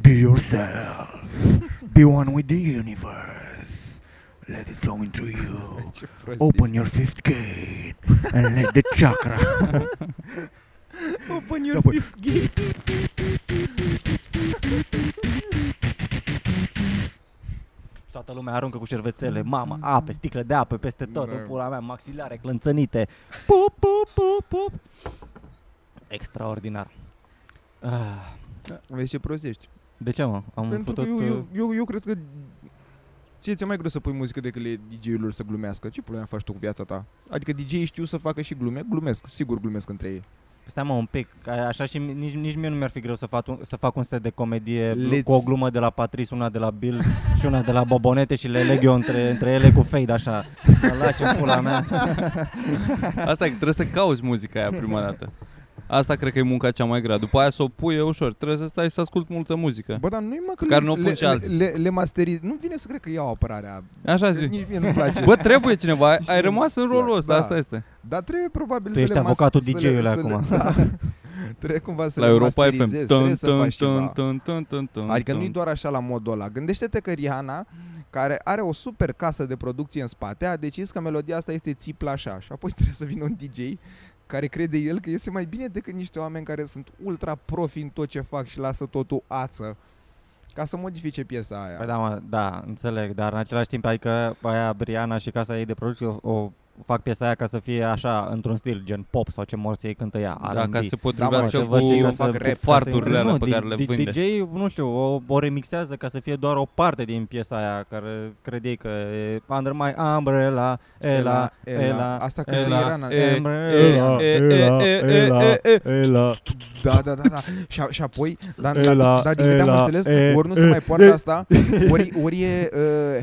Be yourself. Be one with the universe. Let it flow into you. Ce prostie. Open your fifth gate and let the chakra. open Și apoi- fifth gate. Toată lumea aruncă cu șervețele, mamă, ape, sticle de apă peste tot, Mm. Da. în pula mea, maxilare clănțănite. Pup, pup, pup, pup. Extraordinar. Ah, Vezi ce prost ești. De ce, mă? Am Pentru că putut... uh, eu, eu, eu, eu cred că Ție ți-e mai greu să pui muzică decât le DJ-urilor să glumească. Ce problema faci tu cu viața ta? Adică DJ-ii știu să facă și glume. Glumesc, sigur glumesc între ei. Stai mă un pic, că așa și mi- nici, nici mie nu mi-ar fi greu să fac, un, să fac un set de comedie Let's- Let's. cu o glumă de la Patrice, una de la Bill și una de la Bobonete și le leg eu între, între ele cu fade așa. Mă lași în pula mea. Asta e că trebuie să cauți muzica aia prima dată. Asta cred că e munca cea mai grea. După aia să o pui e ușor. Trebuie să stai și să ascult multă muzică. Bă, dar nu-i mă că Care le, n-o pun le, și le, alții. le, le masteriz. Nu vine să cred că iau apărarea. Așa Că zic. Nici mie nu-mi place. Bă, trebuie cineva. Ai- Ai rămas în rolul ăsta, Da. asta este. dar trebuie probabil Tu să ești le mas- avocatul să le- DJ-ului să le- acum. Da. Trebuie cumva să La le Europa FM. masterizezi, trebuie să faci ceva. tun, tun, tun, tun, Adică nu-i tun. doar așa la modul ăla. Gândește-te că Rihanna, care are o super casă de producție în spate, a decis că melodia asta este țipla așa și apoi trebuie să vină un DJ care crede el că este mai bine decât niște oameni care sunt ultra profi în tot ce fac și lasă totul ață ca să modifice piesa aia. Păi da, mă, da, înțeleg, dar în același timp, adică aia Briana și casa ei de producție o, o fac piesa aia ca să fie așa, într-un stil, gen pop sau ce morții ei cântă ea, Da, R&B. ca să să potrivească văd cu, ce eu cu fac rap, ca să- farturile alea Nu, pe di- care le di- vinde. DJ, nu știu, o, o remixează ca să fie doar o parte din piesa aia care credeai că e Under My Umbrella, Ela, Ela, Ela Asta că Ela, Rihanna... e- Umbrella. e- e- e- e- e- e- e. Ela, Da, da, da, da. Și, a- și apoi, da, dar, Ela, dar din câte am Ela, înțeles, e, ori nu se e, mai poartă e. asta, ori, ori e uh,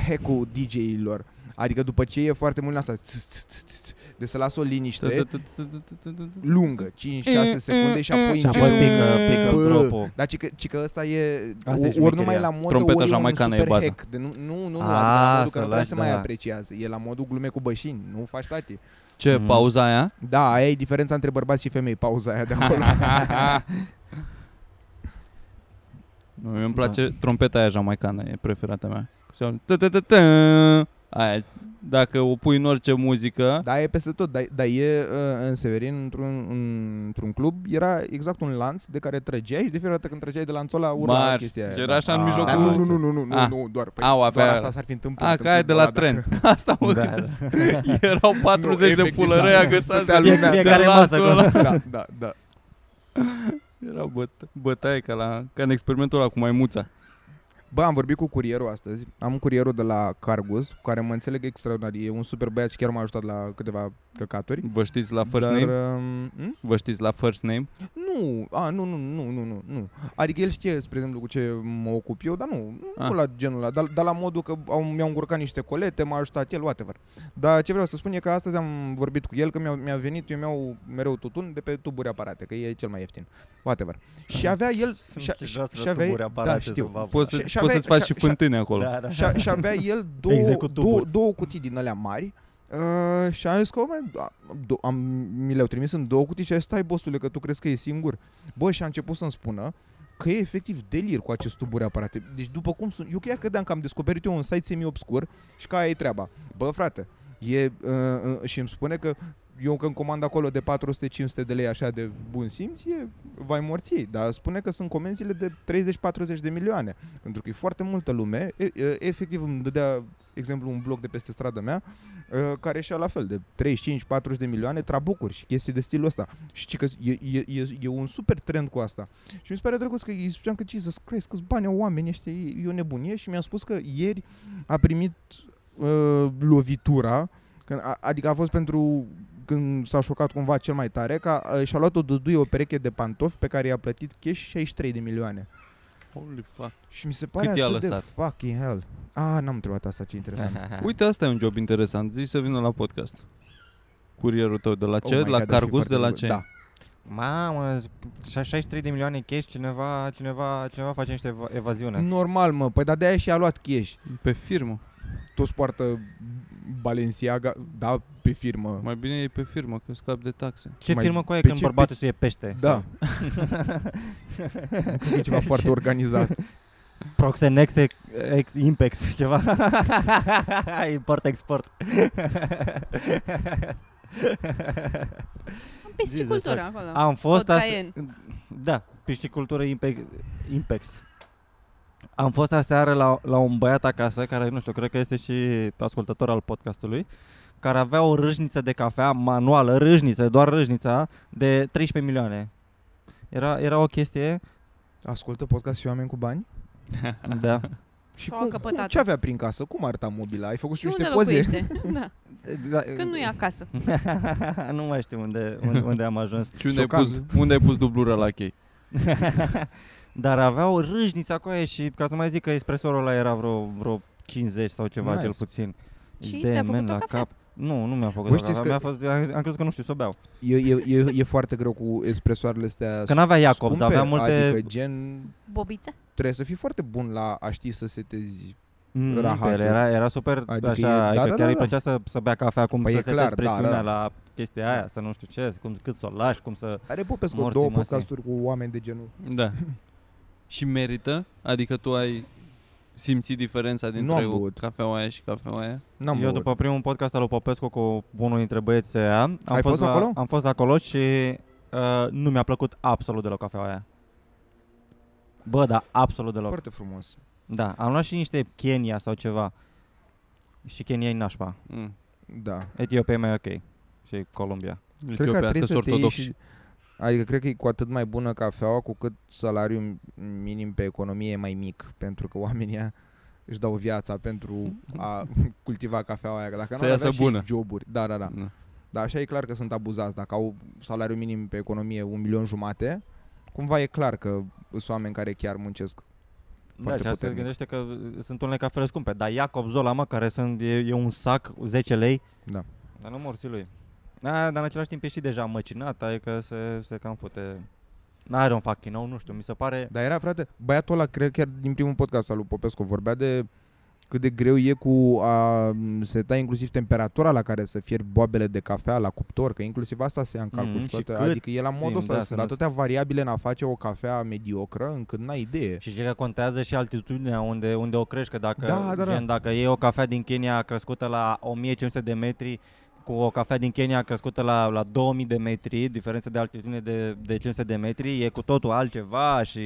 hack-ul DJ-ilor. Adică după ce e foarte mult în asta, ț, ț, ț, ț, ț, de să las o liniște T-t-t-t-t-t-t-t-t-t. lungă, 5-6 Mm, secunde și apoi Și apoi începe- pică, pică Bă, dropul. Dar ci că, ci că ăsta e Asta e o, ori nu șmecheria. mai Ah, la modă, Trompeta ori e un jamaicană e super baza. hack. De nu, nu, nu, nu, A, la modul să că nu prea lași, se mai da. apreciază. E la modul glume cu bășini, nu faci tati. Ce, Mhm. pauza aia? Da, aia e diferența între bărbați și femei, pauza aia de acolo. Nu, mie îmi place trompeta aia jamaicană, e preferata mea. Se aude t-t-t-t. Aia, dacă o pui în orice muzică, da, e peste tot, dar da, e uh, în Severin, într-un, un- într-un club, era exact un lanț de care trăgeai și de fiecare dată când trăgeai de lanțul ăla urma mars, chestia aia. era da. așa în Ah. Dar mijlocul... nu, nu, nu, nu, nu, nu, Ah. nu doar, păi, Au, doar avea- asta s-ar fi întâmplat. A, în ca aia de clubul la ăla, dacă- tren. Asta mă Da, gândesc. Erau 40 de efectiv, pulărei da. agăsați Stătea de lumea- Fiecare masă lanțul acolo. ăla. Da, da, da. Era băt- bătaie ca, la, ca în experimentul ăla cu maimuța. Bă, am vorbit cu curierul astăzi. Am un curierul de la Cargus, cu care mă înțeleg extraordinar. E un super băiat și chiar m-a ajutat la câteva căcaturi. Vă știți la first Dar, name? um, hm? Vă știți la first name? nu, a, nu, nu, nu, nu, nu, nu. Adică el știe, spre exemplu, cu ce mă ocup eu, dar nu, Ah. nu la genul ăla, dar, dar la modul că au, mi-au încurcat niște colete, m-a ajutat el, whatever. Dar ce vreau să spun e că astăzi am vorbit cu el, că mi-a, mi-a venit, eu mi-au mereu tutun de pe tuburi aparate, că e cel mai ieftin, whatever. Și avea el, și, Ce și, joasă și la avea, tuburi da, aparate, știu, zăbavă. Poți, Și- și să, poți aveai- să-ți faci și- și și- fântâne acolo. Da, da. Și, a, și avea el două, Execut tuburi. două, două cutii din alea mari uh, și am zis că, "Oameni, da, do- am, mi le-au trimis în două cutii și a zis, stai bosule că tu crezi că e singur. Bă, și a început să-mi spună că e efectiv delir cu acest tuburi aparate. Deci după cum sunt, eu chiar credeam că am descoperit eu un site semi-obscur și că aia e treaba. Bă, frate, e, uh, uh, și îmi spune că eu când comand acolo de 400-500 de lei așa de bun simț, e vai morții, dar spune că sunt comenzile de 30-40 de milioane, pentru că e foarte multă lume, e, e, efectiv îmi dădea exemplu un bloc de peste strada mea, uh, care și-a la fel, de 35-40 de milioane trabucuri și chestii de stilul ăsta. Și ci că e, e, e, e un super trend cu asta. Și mi se pare drăguț că îi spuneam că Jesus Christ, câți bani au oamenii ăștia, e, e o nebunie și mi-a spus că ieri a primit uh, lovitura, când, a, adică a fost pentru când s-a șocat cumva cel mai tare, că a, și-a luat o dăduie o pereche de pantofi pe care i-a plătit cash 63 de milioane. Holy fuck. Și mi se pare Cât i-a atât de lăsat? fucking hell. Ah, n-am întrebat asta, ce interesant. da. Ah. Uite, asta e un job interesant. Zici să vină la podcast. Curierul tău de la Oh ce? Oh my la God, ar fi Cargus? foarte De la drăguț. ce? Da. Mamă, și- 63 de milioane cash, cineva, cineva, cineva face niște eva- evaziune. Normal, mă. Păi, dar de-aia și-a luat cash. Pe firmă. Toți poartă Balenciaga, da, pe firmă. Mai bine e pe firmă, că scap de taxe. Ce mai- firmă cu aia pe când ce- bărbatul suie pește? Da. e ceva foarte organizat. Proxen ex, ex Impex, ceva. Import-export. Am piscicultură acolo. Am fost Tot asta... caien. Da, piscicultură Impex. Impex. Am fost aseară la, la un băiat acasă, care nu știu, cred că este și ascultător al podcastului, care avea o râșniță de cafea manuală, râșniță, doar râșnița, de 13 milioane. Era, era o chestie, Ascultă podcast și oameni cu bani? da. Și Sau cum, încăpătată. cum, ce avea prin casă? Cum arta mobila? Ai făcut și Și niște unde poze? locuiește? da. Da, Când nu e acasă. nu mai știu unde, unde, unde am ajuns. Și unde ai, Șocant. pus, unde ai pus dublura la chei? Dar avea o râșniță acolo și ca să mai zic că espresorul ăla era vreo, vreo 50 sau ceva Nice. nice. cel puțin. Și Damn, ți-a făcut man, o la cafea? Cap. Nu, nu mi-a făcut Bă, o știți cafea. Mi-a fost, am, am crezut că nu știu să o beau. E, e, e, e foarte greu cu espresoarele astea Că n-avea Jacobs, scumpe, avea multe... Adică gen... Bobițe? Trebuie să fii foarte bun la a ști să setezi Mm, pe rahatul. ele, era, era super Adică adică așa, e- da, adică da, chiar da, îi da. plăcea să, să bea cafea, cum Păi e să se clar, setezi da, da, presiunea da. la chestia aia, să nu știu ce, cum, cât să o lași, cum să... Are Popescu Morții două măsii. podcasturi cu oameni de genul. Da. și merită? Adică tu ai simțit diferența dintre am băut. cafeaua aia și cafeaua aia? N-am Eu băut. după primul podcast al lui Popescu cu unul dintre băieții aia, am Ai fost la, acolo? Am fost acolo și uh, nu mi-a plăcut absolut deloc cafeaua aia. Bă, da, absolut deloc. Foarte frumos. Da, am luat și niște Kenya sau ceva. Și Kenya e nașpa. Mm. Da. Etiopia e mai ok. Și Columbia. Cred că ar Etiopia, trebui că să te iei ortodoxi. și... Adică cred că e cu atât mai bună cafeaua cu cât salariul minim pe economie e mai mic, pentru că oamenii ăia își dau viața pentru a cultiva cafeaua aia. că Dacă Să n-ar iasă avea și bună. joburi. Da, da, da. Da. Dar așa e clar că sunt abuzați. Dacă au salariul minim pe economie un milion jumate, cumva e clar că sunt oameni care chiar muncesc. da, Foarte și asta se puternic. gândește că uh, sunt unele cafele scumpe. Dar Iacob Zola, mă, care sunt, e, e un sac, 10 lei. Da. Dar nu morții lui. Da, dar în același timp e și deja măcinat, adică se, se cam fute... N-are un fucking nou, nu știu, mi se pare... Dar era, frate, băiatul ăla, cred chiar din primul podcast al lui Popescu, vorbea de cât de greu e cu a seta inclusiv temperatura la care să fierbi boabele de cafea la cuptor, că inclusiv asta se ia în calcul. Mhm, Mm, și toate, cât adică e la modul timp, ăsta, da, să sunt nu- atâtea variabile în a face o cafea mediocră, încât n-ai idee. Și știi că contează și altitudinea unde, unde o crești, că dacă, Da, da, da. gen, dacă e o cafea din Kenya crescută la 1500 de metri, cu o cafea din Kenya crescută la, la 2000 de metri, diferență de altitudine de, de 500 de metri, e cu totul altceva și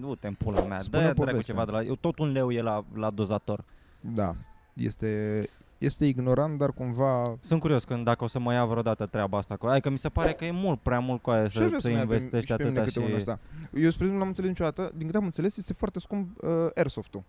nu te pula mea, Spune dă dracu povestea. ceva de la... eu- Tot un leu e la, la dozator. Da, este, este ignorant, dar cumva... Sunt curios când dacă o să mă ia vreodată treaba asta, cu, adică mi se pare că e mult prea mult cu aia Și aș să, vrea să să mai avem investești și pe mine atâta și... câte unul ăsta. Eu, spre exemplu, n-am înțeles niciodată. Din câte am înțeles, este foarte scump uh, airsoft-ul.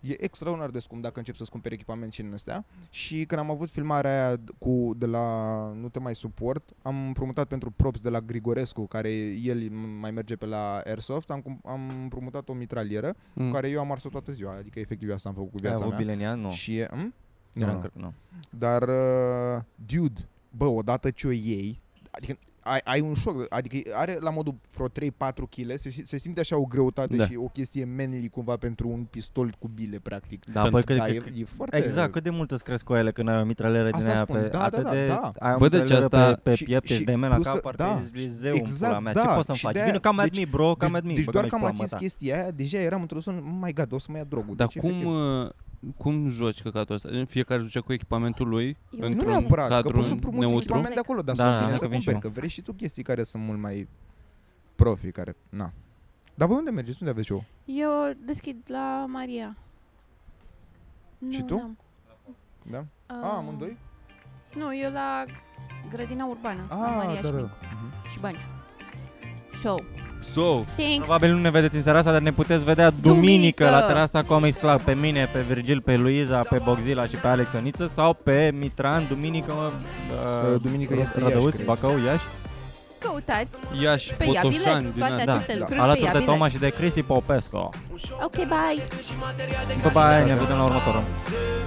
E extraordinar de scump dacă încep să-ți cumperi echipament și în astea. Și când am avut filmarea aia cu, de la Nu te mai suport, am împrumutat pentru props de la Grigorescu, care el m- mai merge pe la airsoft, am, cum- am împrumutat o mitralieră, Mm. cu care eu am ars-o toată ziua. Adică, efectiv, asta am făcut cu Ai viața avut mea. bilenia? Nu. Și e... Hm? Nu, Nu, nu. nu. nu. Dar, uh, dude, bă, odată ce o iei, adică ai, ai un șoc, adică are la modul vreo 3-4 kg, se, sim- se simte așa o greutate Da. da. și o chestie manly cumva pentru un pistol cu bile, practic. Da, păi cât, da, cât, e, e foarte... Exact, cât de mult îți crezi cu ele când ai o mitraleră din Asta aia spun, pe da, da, atât da, de... da. Ai o Bă, deci mitraleră asta- pe, pe și- piept, și ești de mena plus cap, că- parcă da, ești zeu în exact, pula mea. Ce da, poți să-mi și faci? de-aia- Vino cam at deci- me, bro, cam deci, at me. deci băga doar mea și că am pula mea atins ta. chestia aia, deja eram într-o zonă, my god, o să mă ia drogul. Dar deci, cum, efectiv, uh, cum joci căcatul ăsta? Fiecare joace cu echipamentul lui? nu nu într-un neapărat, că cadru poți să împrumuți neutru? echipament de acolo, dar Da, da, hai să, să să vin și cumperi, că vrei și tu chestii care sunt mult mai profi, care, na. Dar voi unde mergeți? Unde aveți show? Eu deschid la Maria. Și Nu, tu? n-am. Da? Uh, A, amândoi? Nu, eu la grădina urbană. la A, Maria da, și, da. Micu Mhm. și Banciu. So, So, thanks. Probabil nu ne vedeți în seara asta, dar ne puteți vedea duminică Duminică! la terasa Comics Club pe mine, pe Virgil, pe Luiza, pe Boxila și pe Alex Ioniță sau pe Mitran, duminică, mă, uh, Uh, duminică este Iași, Rădăuți, cred. Bacău, Iași. Căutați Iași, Păi, pe Potoșani, Iabilet din toate asta. aceste Da. lucruri. pe Alături de Iabilet. Toma și de Cristi Popescu. Ok, bye. Bye bye, ne vedem la următorul. următorul.